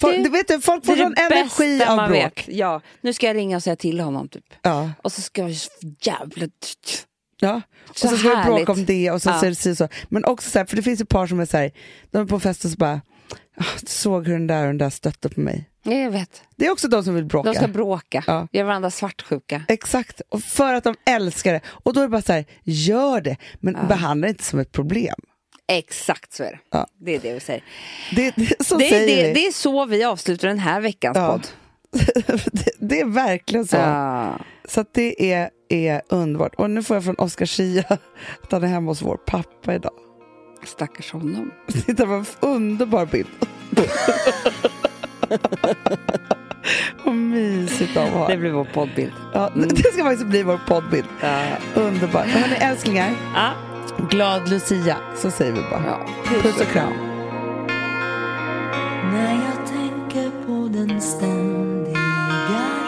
Speaker 1: Folk,
Speaker 2: Det-
Speaker 1: du vet, du, folk får
Speaker 2: det är
Speaker 1: sån
Speaker 2: det
Speaker 1: energi
Speaker 2: bästa
Speaker 1: av
Speaker 2: man
Speaker 1: bråk.
Speaker 2: vet. Ja, nu ska jag ringa och säga till honom typ.
Speaker 1: Ja.
Speaker 2: Och så ska jag jävligt...
Speaker 1: Ja, och så,
Speaker 2: Så
Speaker 1: ska vi
Speaker 2: härligt.
Speaker 1: bråka om det och så,
Speaker 2: Ja.
Speaker 1: så, så, så. Men också så här, för det finns ju par som är så här, de är på fest och så bara, "Ah, du såg hur den där och den där stötte på mig.
Speaker 2: Ja, jag vet.
Speaker 1: Det är också de som vill bråka.
Speaker 2: De ska bråka.
Speaker 1: Ja.
Speaker 2: Göra varandra svartsjuka.
Speaker 1: Exakt, och för att de älskar det. Och då är det bara så här, gör det, men behandla det inte som ett problem.
Speaker 2: Exakt så är det.
Speaker 1: Ja.
Speaker 2: Det är det vi säger.
Speaker 1: Det, det, så
Speaker 2: Det är,
Speaker 1: säger
Speaker 2: det,
Speaker 1: vi.
Speaker 2: det är så vi avslutar den här veckans
Speaker 1: Ja,
Speaker 2: podd.
Speaker 1: [LAUGHS] det, det är verkligen så.
Speaker 2: Ja.
Speaker 1: Så att det är, är underbart. Och nu får jag från Oscar Schia att han är hemma hos vår pappa idag. [LAUGHS]
Speaker 2: Stackars honom. [LAUGHS]
Speaker 1: Titta vad underbar bild. Vad mysigt de har.
Speaker 2: Det blir vår poddbild.
Speaker 1: Ja, det ska faktiskt bli vår poddbild.
Speaker 2: Ja.
Speaker 1: Underbart. Men Hörni älsklingar,
Speaker 2: Ja.
Speaker 1: glad Lucia. Så säger vi bara.
Speaker 2: Ja.
Speaker 1: Puss och kram.
Speaker 11: När jag tänker på den ständiga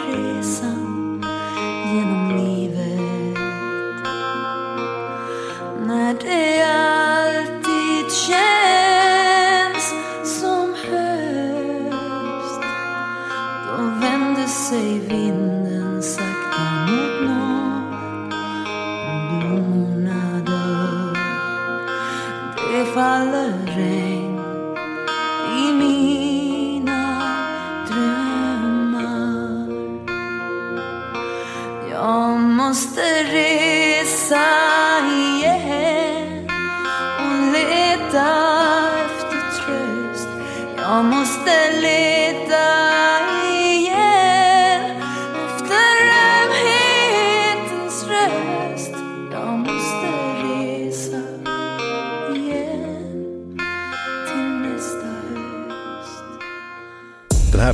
Speaker 11: resan genom livet När det alltid känns som höst Då vänder sig vinden sakta mot norr och blommorna dör Det faller regn i mina drömmar. Jag måste resa igen och leta efter tröst. Jag måste leta igen efter ömhetens röst. Jag måste resa igen till nästa höst.
Speaker 6: Den här